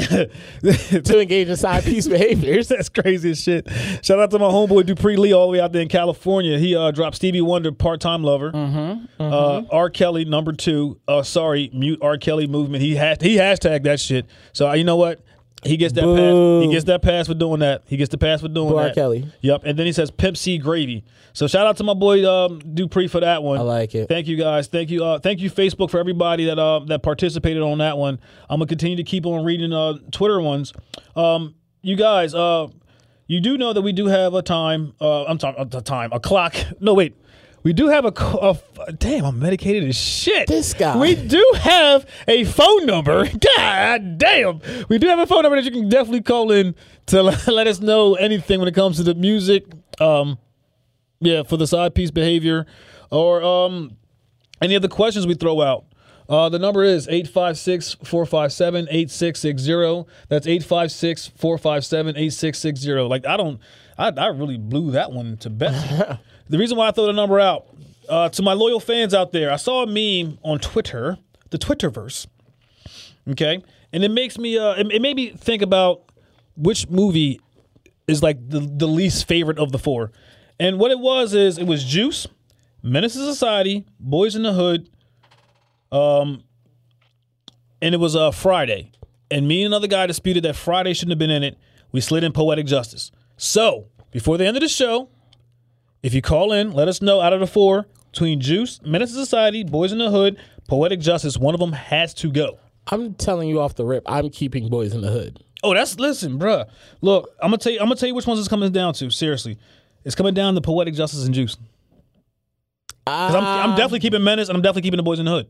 Speaker 4: to engage in side piece behaviors.
Speaker 3: That's crazy as shit. Shout out to my homeboy Dupree Lee all the way out there in California. He uh, dropped Stevie Wonder, Part Time Lover.
Speaker 4: Mm-hmm,
Speaker 3: Uh, R. Kelly, number two. Uh, sorry, mute R. Kelly movement. He has he hashtagged that shit. So uh, you know what? He gets that pass.
Speaker 4: Boo.
Speaker 3: He gets that pass for doing that. He gets the pass for doing
Speaker 4: Boo,
Speaker 3: that.
Speaker 4: R. Kelly.
Speaker 3: Yep. And then he says Pimp C Gravy. So shout out to my boy um, Dupree for that one.
Speaker 4: I like it.
Speaker 3: Thank you guys. Thank you. Uh, thank you Facebook for everybody that uh, that participated on that one. I'm gonna continue to keep on reading uh, Twitter ones. Um, you guys, uh, you do know that we do have a time. Uh, I'm talking a time, a clock. No, wait. We do have a, co- a f- damn. I'm medicated as shit.
Speaker 4: This guy.
Speaker 3: We do have a phone number. God damn. We do have a phone number that you can definitely call in to let let us know anything when it comes to the music. Um, yeah, for the side piece behavior or um, any of the questions we throw out. Uh, the number is 856 457 8660. That's 856 457 8660. Like, I don't, I, I really blew that one to Betsy. the reason why I throw the number out Uh, to my loyal fans out there, I saw a meme on Twitter, the Twitterverse. Okay, and it makes me. Uh, it, it made me think about which movie is like the, the least favorite of the four. And what it was is it was Juice, Menace to Society, Boys in the Hood, um, and it was uh, Friday. And me and another guy disputed that Friday shouldn't have been in it. We slid in Poetic Justice. So before the end of the show, if you call in, let us know out of the four between Juice, Menace to Society, Boys in the Hood, Poetic Justice, one of them has to go.
Speaker 4: I'm telling you off the rip, I'm keeping Boys in the Hood.
Speaker 3: Oh, that's listen, bruh. Look, I'm gonna tell you. I'm gonna tell you which ones it's coming down to. Seriously, it's coming down to poetic justice and juice. 'Cause I'm,
Speaker 4: Um,
Speaker 3: I'm definitely keeping menace, and I'm definitely keeping the boys in the hood,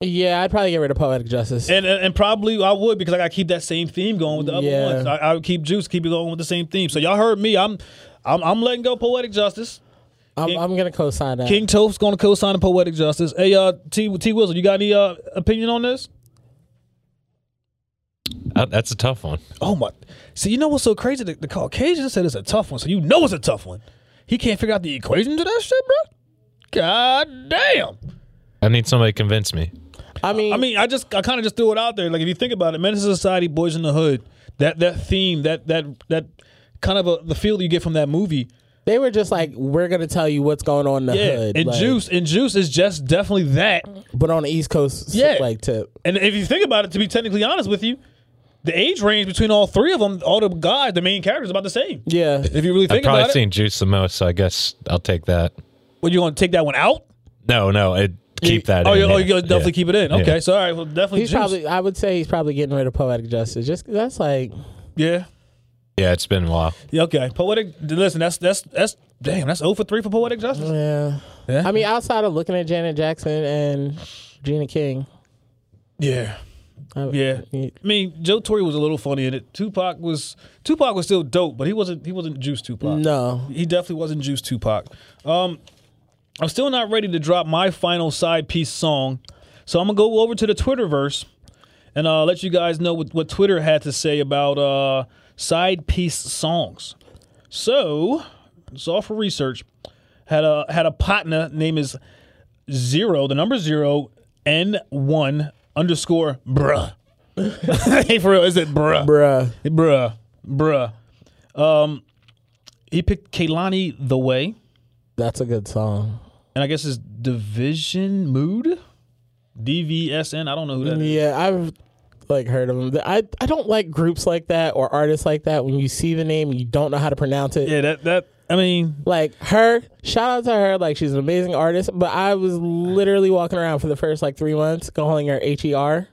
Speaker 4: Yeah, I'd probably get rid of Poetic Justice.
Speaker 3: and and, and probably I would because I gotta keep that same theme going with the other
Speaker 4: Yeah.
Speaker 3: ones. I, I would keep juice, keep it going with the same theme. So y'all heard me. I'm I'm, I'm letting go poetic justice.
Speaker 4: I'm, I'm gonna co-sign that.
Speaker 3: King Toph's gonna co-sign the poetic justice. Hey, uh, T T Wilson, you got any uh opinion on this?
Speaker 11: Uh, that's a tough one.
Speaker 3: Oh my! See, you know what's so crazy? The, the Caucasian said it's a tough one, so you know it's a tough one. He can't figure out the equation to that shit, bro. God damn!
Speaker 11: I need somebody to convince me.
Speaker 4: I mean,
Speaker 3: I mean, I just I kind of just threw it out there. Like if you think about it, Menace to Society, Boys in the Hood, that that theme, that that that kind of a, the feel you get from that movie.
Speaker 4: they were just like, we're gonna tell you what's going on in the
Speaker 3: Yeah,
Speaker 4: hood,
Speaker 3: and
Speaker 4: like,
Speaker 3: Juice and Juice is just definitely that.
Speaker 4: but on the East Coast,
Speaker 3: Yeah.
Speaker 4: like tip.
Speaker 3: And if you think about it, to be technically honest with you, the age range between all three of them, all the guys, the main characters, about the same.
Speaker 4: Yeah,
Speaker 3: If you really
Speaker 11: I've
Speaker 3: think
Speaker 11: probably
Speaker 3: about
Speaker 11: seen Juice the most, so I guess I'll take that.
Speaker 3: it, well, you want to take that one out?
Speaker 11: No, no, it, keep that.
Speaker 3: Oh,
Speaker 11: in,
Speaker 3: you oh,
Speaker 11: yeah,
Speaker 3: you gonna definitely
Speaker 11: yeah.
Speaker 3: keep it in. Okay,
Speaker 11: Yeah.
Speaker 3: so all right, well, definitely.
Speaker 4: he's
Speaker 3: juice.
Speaker 4: probably. I would say he's probably getting rid of Poetic Justice. Just 'cause that's like,
Speaker 3: yeah.
Speaker 11: yeah, it's been a while.
Speaker 3: Yeah, okay. Poetic. Listen, that's that's that's damn. That's 0 for three for poetic justice.
Speaker 4: yeah.
Speaker 3: Yeah.
Speaker 4: I mean, outside of looking at Janet Jackson and Gina King,
Speaker 3: Yeah,
Speaker 4: I-
Speaker 3: yeah. I mean, Joe Torre was a little funny in it. Tupac was Tupac was still dope, but he wasn't he wasn't Juice Tupac.
Speaker 4: no,
Speaker 3: he definitely wasn't Juice Tupac. Um, I'm still not ready to drop my final side piece song, so I'm gonna go over to the Twitterverse and uh, let you guys know what, what Twitter had to say about uh, side piece songs. So, it's all for research. Had a had a partner name is zero, the number zero n one underscore bruh. hey, for real, is it bruh?
Speaker 4: bruh.
Speaker 3: Bruh, bruh. Um, he picked Kaylani the way,
Speaker 4: That's a good song.
Speaker 3: and I guess it's division mood, D V S N. I don't know who that is.
Speaker 4: Yeah, I've like heard of them. I I don't like groups like that or artists like that when you see the name and you don't know how to pronounce it.
Speaker 3: Yeah, that that. I mean,
Speaker 4: Like her, shout out to her. Like she's an amazing artist. But I was literally walking around for the first like three months calling her H E R.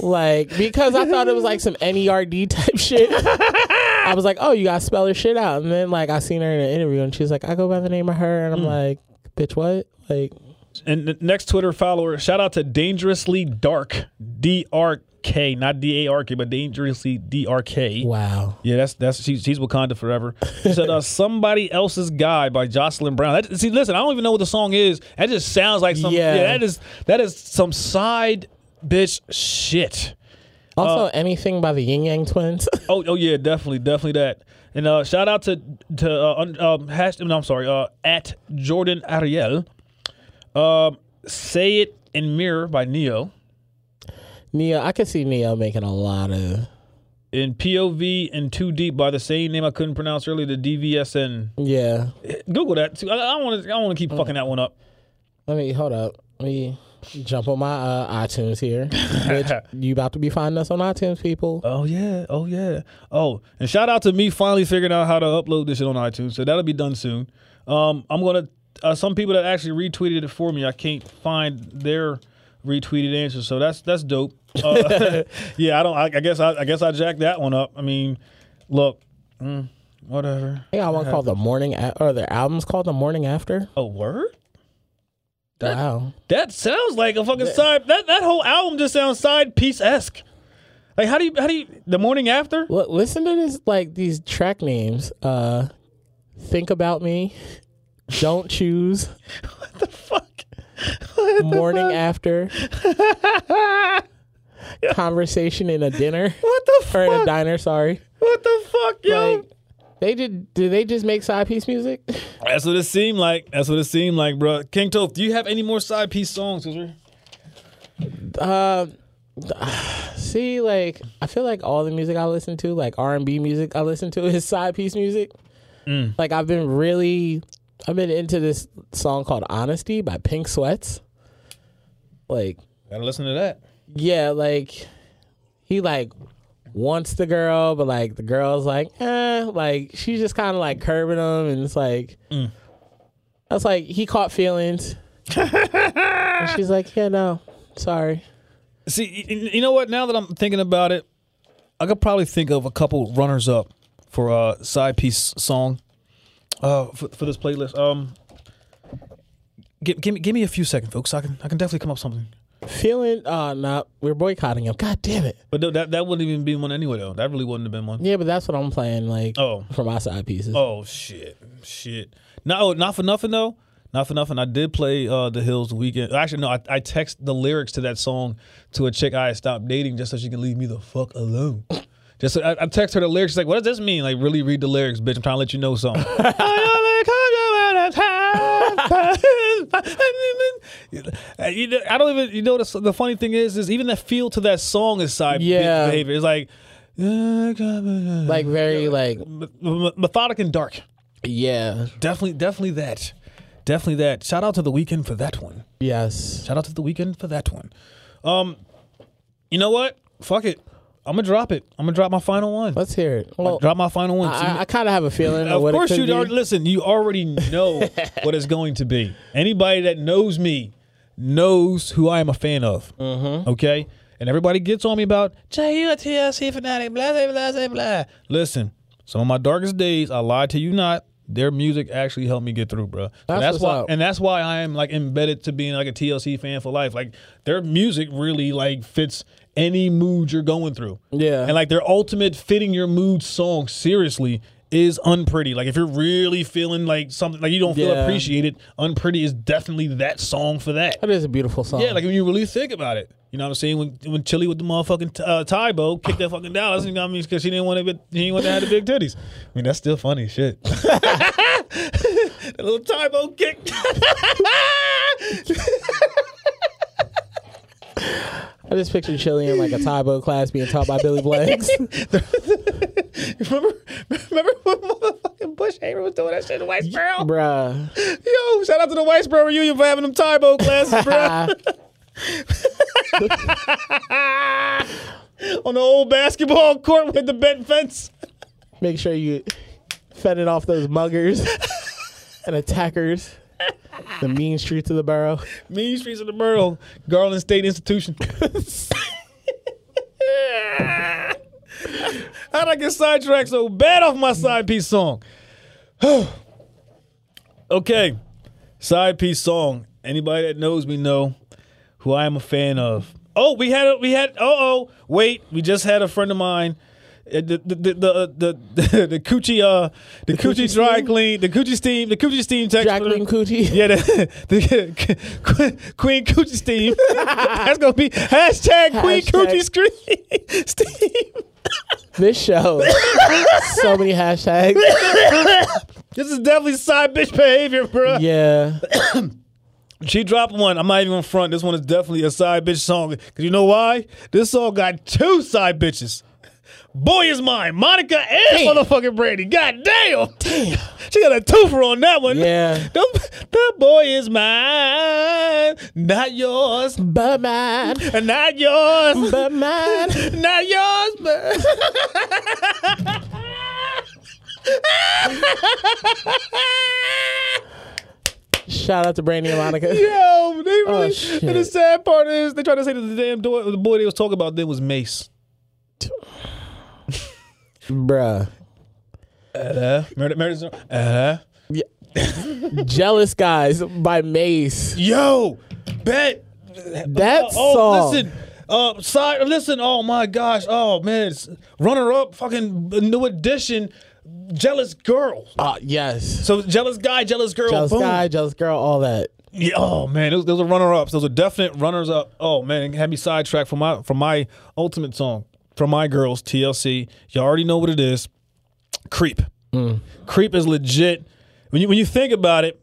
Speaker 4: Like because I thought it was like some N E R D type shit. I was like, oh, you gotta spell her shit out. And then like I seen her in an interview and she's like, I go by the name of her, and I'm like, bitch, what? Like
Speaker 3: and the next Twitter follower, shout out to dangerously dark, D R K, not D A R K, but dangerously D R K.
Speaker 4: wow.
Speaker 3: Yeah, that's that's she's, she's Wakanda forever. She said uh, somebody else's guy by Jocelyn Brown. That, see, listen, I don't even know what the song is. That just sounds like some. Yeah,
Speaker 4: Yeah.
Speaker 3: that is that is some side bitch shit.
Speaker 4: Also, anything by the Yin Yang Twins.
Speaker 3: Oh, oh yeah, definitely, definitely that. And uh, shout out to to uh, un, um, hash, no, I'm sorry, uh, at Jordan Ariel. Um, say it in mirror by Neo
Speaker 4: Neo, I could see Neo making a lot of
Speaker 3: in POV and Two Deep by the same name I couldn't pronounce earlier. The DVSN.
Speaker 4: yeah.
Speaker 3: Google that too. I, I want to I want to keep fucking that one up.
Speaker 4: Let me hold up. Let me jump on my uh, iTunes here. Which you about to be finding us on iTunes, people.
Speaker 3: Oh yeah, oh yeah. Oh, and shout out to me finally figuring out how to upload this shit on iTunes. So that'll be done soon. Um, I'm gonna uh, some people that actually retweeted it for me. I can't find their retweeted answer, so that's that's dope. Uh, yeah, I don't. I, I guess I, I guess I jacked that one up. I mean, look, mm, whatever.
Speaker 4: I got one called the morning, a- or their album's called the morning after.
Speaker 3: A word.
Speaker 4: wow,
Speaker 3: That sounds like a fucking side. That that whole album just sounds side piece esque. Like how do you how do you the morning after?
Speaker 4: L- listen to this like these track names. Uh, think about me. Don't choose
Speaker 3: Fuck.
Speaker 4: morning after. Conversation in a dinner
Speaker 3: What the
Speaker 4: or in a
Speaker 3: fuck?
Speaker 4: diner. Sorry.
Speaker 3: What the fuck, yo?
Speaker 4: Like, They did. Did they just make side piece music?
Speaker 3: That's what it seemed like. That's what it seemed like, bro. King Toph, do you have any more side piece songs? 'Cause we're-
Speaker 4: Um, see, like I feel like all the music I listen to, like R and B music I listen to, is side piece music. Like I've been really, I've been into this song called "Honesty" by Pink Sweats. Like,
Speaker 3: Gotta listen to that.
Speaker 4: yeah, like he like wants the girl, but like the girl's like, eh, like she's just kind of like curbing him, and it's like, that's like he caught feelings, and she's like, yeah, no, sorry.
Speaker 3: See, y- y- you know what? Now that I'm thinking about it, I could probably think of a couple runners up for a side piece song uh, for, for this playlist. Um, give, give me give me a few seconds, folks. I can I can definitely come up with something.
Speaker 4: feeling uh nah, we're boycotting him god damn it
Speaker 3: But no, that that wouldn't even be one anyway, though. That really wouldn't have been one.
Speaker 4: yeah but that's what i'm playing like
Speaker 3: Oh.
Speaker 4: for my side pieces
Speaker 3: Oh shit, shit. No, not for nothing though. Not for nothing. I did play uh, the Hills the weekend. Actually, no, I, I text the lyrics to that song to a chick I had stopped dating just so she can leave me the fuck alone. Just so, I, I text her the lyrics. She's like, "What does this mean? Like, really read the lyrics, bitch. I'm trying to let you know something." You know, I don't even. You know, the, the funny thing is, is even the feel to that song is side
Speaker 4: Yeah.
Speaker 3: bitch behavior. It's like,
Speaker 4: like very like
Speaker 3: m- methodic and dark.
Speaker 4: yeah
Speaker 3: Definitely, definitely that. Definitely that. Shout out to the weekend for that one.
Speaker 4: yes
Speaker 3: Shout out to the weekend for that one. Um, you know what? Fuck it. I'm gonna drop it. I'm gonna drop my final one.
Speaker 4: let's hear it well
Speaker 3: drop my final one.
Speaker 4: i, I kind of have a feeling of,
Speaker 3: of
Speaker 4: what
Speaker 3: course,
Speaker 4: it could
Speaker 3: you
Speaker 4: be.
Speaker 3: already listen. You already know what it's going to be. Anybody that knows me knows who I am a fan of.
Speaker 4: Mm-hmm.
Speaker 3: Okay, and everybody gets on me about Jay, you a TLC fanatic, blah blah blah blah blah. Listen, some of my darkest days, I lied to you not. Their music actually helped me get through, bro. So
Speaker 4: That's
Speaker 3: that's
Speaker 4: what's
Speaker 3: why,
Speaker 4: up.
Speaker 3: and that's why I am like embedded to being like a TLC fan for life. Like their music really like fits any mood you're going through.
Speaker 4: Yeah.
Speaker 3: and like their ultimate fitting your mood song seriously is unpretty. Like if you're really feeling like something like you don't feel
Speaker 4: Yeah.
Speaker 3: appreciated, unpretty is definitely that song for that.
Speaker 4: that is a beautiful song
Speaker 3: Yeah, like when you really think about it, you know what I'm saying. When when Chili with the motherfucking t- uh, Tybo kicked that fucking Dallas, you know what I mean, because she didn't want to, she didn't want to have the big titties. I mean, that's still funny as shit. that little Tybo kick.
Speaker 4: i just picture chili in like a tybo class being taught by billy blanks
Speaker 3: remember, remember when motherfucking Bush Hamer was doing that shit in Whitesboro?
Speaker 4: bruh
Speaker 3: Yo, shout out to the Whitesboro reunion for having them Tybo classes, bro. On the old basketball court with the bent fence.
Speaker 4: make sure you fed it off those muggers and attackers the mean streets of the borough
Speaker 3: Mean Streets of the Borough, Garland State Institution. How'd I get sidetracked so bad off my side piece song? okay, side piece song. Anybody that knows me know who I am a fan of. Oh, we had a, we had. Oh, oh, wait, we just had a friend of mine. uh, The the the the the, the coochie uh the, coochie,
Speaker 4: coochie
Speaker 3: dry
Speaker 4: steam?
Speaker 3: clean the coochie steam the coochie steam text
Speaker 4: jacqueline coochie
Speaker 3: yeah, the, the Queen Coochie Steam. That's gonna be hashtag Queen
Speaker 4: Hashtag.
Speaker 3: Coochie Scream Steam.
Speaker 4: this show so many hashtags
Speaker 3: This is definitely side bitch behavior, bro.
Speaker 4: yeah
Speaker 3: She dropped one. I'm not even in front. This one is definitely a side bitch song. Cause you know why? This song got two side bitches. Boy is mine, Monica and motherfucking Brandy. God damn. She got a twofer on that one.
Speaker 4: Yeah.
Speaker 3: The, the boy is mine, not yours,
Speaker 4: but mine
Speaker 3: and not yours.
Speaker 4: but mine
Speaker 3: Not yours, but
Speaker 4: Shout out to Brandy and Monica.
Speaker 3: yo, they really.
Speaker 4: Oh, shit.
Speaker 3: and the sad part is, they try to say that the damn boy, the boy they was talking about then was Mace.
Speaker 4: Bruh. Uh-huh.
Speaker 3: Uh, murder, murder, uh,
Speaker 4: Jealous Guys by Mace.
Speaker 3: yo, bet
Speaker 4: That
Speaker 3: oh,
Speaker 4: song.
Speaker 3: listen. Uh, side, listen. Oh my gosh. Oh man, it's runner up. Fucking new edition. Jealous girl.
Speaker 4: Ah, yes.
Speaker 3: So jealous guy, jealous girl.
Speaker 4: Jealous
Speaker 3: boom.
Speaker 4: Guy, Jealous Girl, all that.
Speaker 3: Yeah, oh man, those, those are runner ups. Those are definite runners up. Oh man, it had me sidetracked from my from my ultimate song from my girls TLC. You already know what it is. Creep.
Speaker 4: Mm.
Speaker 3: Creep is legit. When you when you think about it,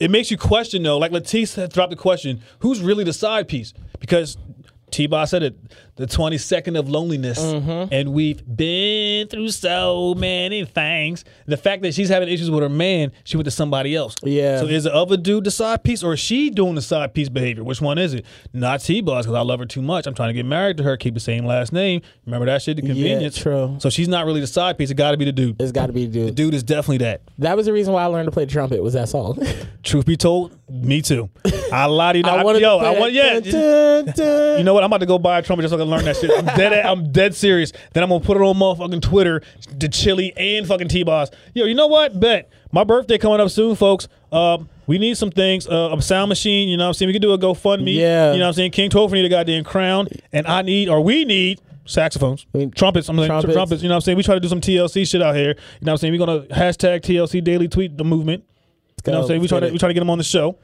Speaker 3: it makes you question though. Like Latisse had dropped the question, who's really the side piece? Because T Bob said it, the twenty second of loneliness,
Speaker 4: Mm-hmm.
Speaker 3: and we've been through so many things. The fact that she's having issues with her man, she went to somebody else.
Speaker 4: Yeah.
Speaker 3: So is the other dude the side piece, or is she doing the side piece behavior? Which one is it? Not T Boss because I love her too much. I'm trying to get married to her, keep the same last name. Remember that shit, the convenience.
Speaker 4: true.
Speaker 3: So she's not really the side piece. It got to be the dude.
Speaker 4: It's got to be
Speaker 3: The
Speaker 4: dude.
Speaker 3: dude is definitely that.
Speaker 4: That was the reason why I learned to play trumpet. Was that song?
Speaker 3: Truth be told, me too. I lied to you. I
Speaker 4: wanted to
Speaker 3: yo,
Speaker 4: play
Speaker 3: I
Speaker 4: that
Speaker 3: want yeah.
Speaker 4: dun, dun, dun.
Speaker 3: You know what? I'm about to go buy a trumpet just so I can learn that shit. I'm dead. I'm dead serious. Then I'm gonna put it on motherfucking Twitter, the Chili and fucking T Boss. Yo, you know what? Bet my birthday coming up soon, folks. Um, we need some things. Uh, a sound machine. You know what I'm saying? We can do a GoFundMe.
Speaker 4: Yeah.
Speaker 3: You know what I'm saying? King Topher need a goddamn crown, and I need or we need. Saxophones,
Speaker 4: mean,
Speaker 3: trumpets, I'm like, trumpets.
Speaker 4: trumpets.
Speaker 3: you know what I'm saying? We try to do some TLC shit out here. You know what I'm saying? We're gonna hashtag TLC daily tweet the movement. You know what I'm saying? We try to we try to get them on the show.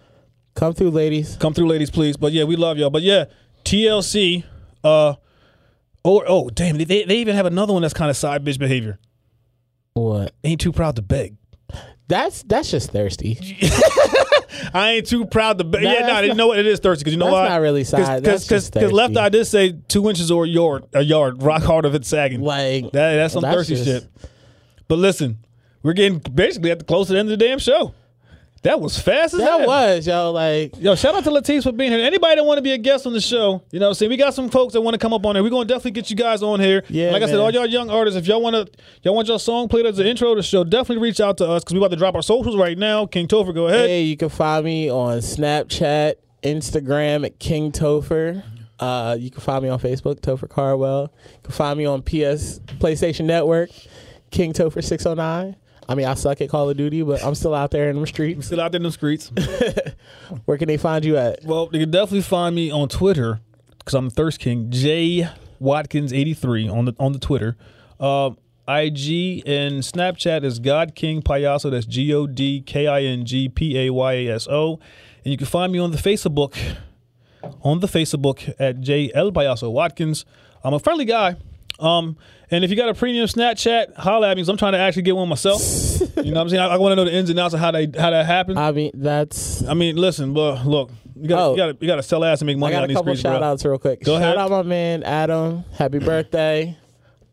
Speaker 4: come through, ladies.
Speaker 3: Come through, ladies, please. But yeah, we love y'all. But yeah, TLC. Uh, or oh damn, they they even have another one that's kind of side bitch behavior.
Speaker 4: What?
Speaker 3: Ain't too proud to beg.
Speaker 4: That's that's just thirsty.
Speaker 3: I ain't too proud to beg. yeah,
Speaker 4: That's
Speaker 3: no, you
Speaker 4: not-
Speaker 3: know what? It is thirsty because you know
Speaker 4: that's
Speaker 3: why?
Speaker 4: not really side. That's
Speaker 3: Because
Speaker 4: just
Speaker 3: left
Speaker 4: thirsty.
Speaker 3: eye did say two inches or a yard, a yard, rock hard of it sagging.
Speaker 4: Like
Speaker 3: That, that's some
Speaker 4: that's
Speaker 3: thirsty
Speaker 4: just-
Speaker 3: shit. But listen, we're getting basically at the close to the end of the damn show. That was fast as
Speaker 4: That
Speaker 3: hell.
Speaker 4: was yo like
Speaker 3: Yo, shout out to Latif for being here. Anybody that want to be a guest on the show, you know, what I'm saying we got some folks that want to come up on there. We're gonna definitely get you guys on here.
Speaker 4: Yeah,
Speaker 3: like I said,
Speaker 4: man.
Speaker 3: all y'all young artists, if y'all want to, y'all want your song played as the intro to the show, definitely reach out to us because we about to drop our socials right now. King Topher, go ahead.
Speaker 4: Hey, you can find me on Snapchat, Instagram at King Topher. Uh, you can find me on Facebook, Topher Carwell. You can find me on PS PlayStation Network, King Topher six oh nine. I mean, I suck at Call of Duty, but I'm still out there in the streets.
Speaker 3: Still out there in the streets.
Speaker 4: Where can they find you at?
Speaker 3: well, you can definitely find me on Twitter because I'm Thirst King J Watkins eighty three on the on the Twitter. Um, IG and Snapchat is God King Payaso. That's G O D K I N G P A Y A S O. And you can find me on the Facebook on the Facebook at J L Payaso Watkins. I'm a friendly guy. Um, and if you got a premium Snapchat, holla at me 'cause I'm trying to actually get one myself. you know what I'm saying? I, want to know the ins and outs of how they how that happens.
Speaker 4: I mean, that's
Speaker 3: I mean, listen, but look, you gotta,
Speaker 4: Oh.
Speaker 3: you gotta, you gotta sell ass and make
Speaker 4: I
Speaker 3: money
Speaker 4: got
Speaker 3: on
Speaker 4: a
Speaker 3: these
Speaker 4: couple
Speaker 3: streets,
Speaker 4: shout
Speaker 3: bro.
Speaker 4: outs real quick.
Speaker 3: Go
Speaker 4: shout
Speaker 3: ahead.
Speaker 4: out my man Adam. Happy birthday.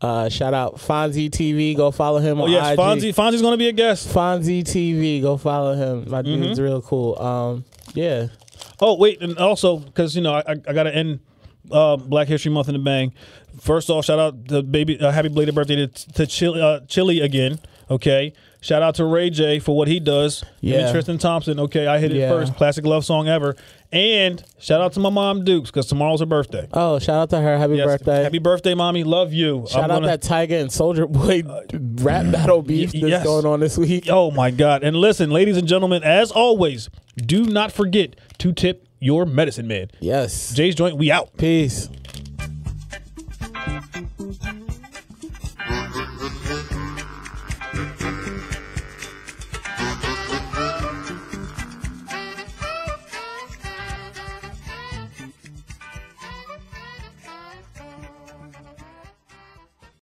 Speaker 4: Uh, shout out Fonzie TV. Go follow him
Speaker 3: Oh
Speaker 4: on
Speaker 3: yes,
Speaker 4: IG.
Speaker 3: Fonzie, Fonzie's gonna be a guest.
Speaker 4: Fonzie TV. Go follow him. My dude's
Speaker 3: Mm-hmm.
Speaker 4: real cool. Um, yeah.
Speaker 3: Oh wait, and also because you know I, I I gotta end uh, Black History Month in a bang. First off, shout out the baby, uh, happy belated birthday to, to Chili, uh, Chili again. Okay, shout out to Ray J for what he does. Yeah,
Speaker 4: Yeah.
Speaker 3: Tristan Thompson. Okay, I hit it
Speaker 4: Yeah.
Speaker 3: first. Classic love song ever. And shout out to my mom Dukes because tomorrow's her birthday.
Speaker 4: Oh, shout out to her. Happy
Speaker 3: Yes.
Speaker 4: birthday.
Speaker 3: Happy birthday, mommy. Love you.
Speaker 4: shout out
Speaker 3: gonna- Uh,
Speaker 4: that Tiger and Soldier Boy rap battle beef that's
Speaker 3: yes.
Speaker 4: going on this week.
Speaker 3: Oh my God. And listen, ladies and gentlemen, as always, do not forget to tip your medicine man.
Speaker 4: Yes.
Speaker 3: Jay's joint, we out.
Speaker 4: Peace.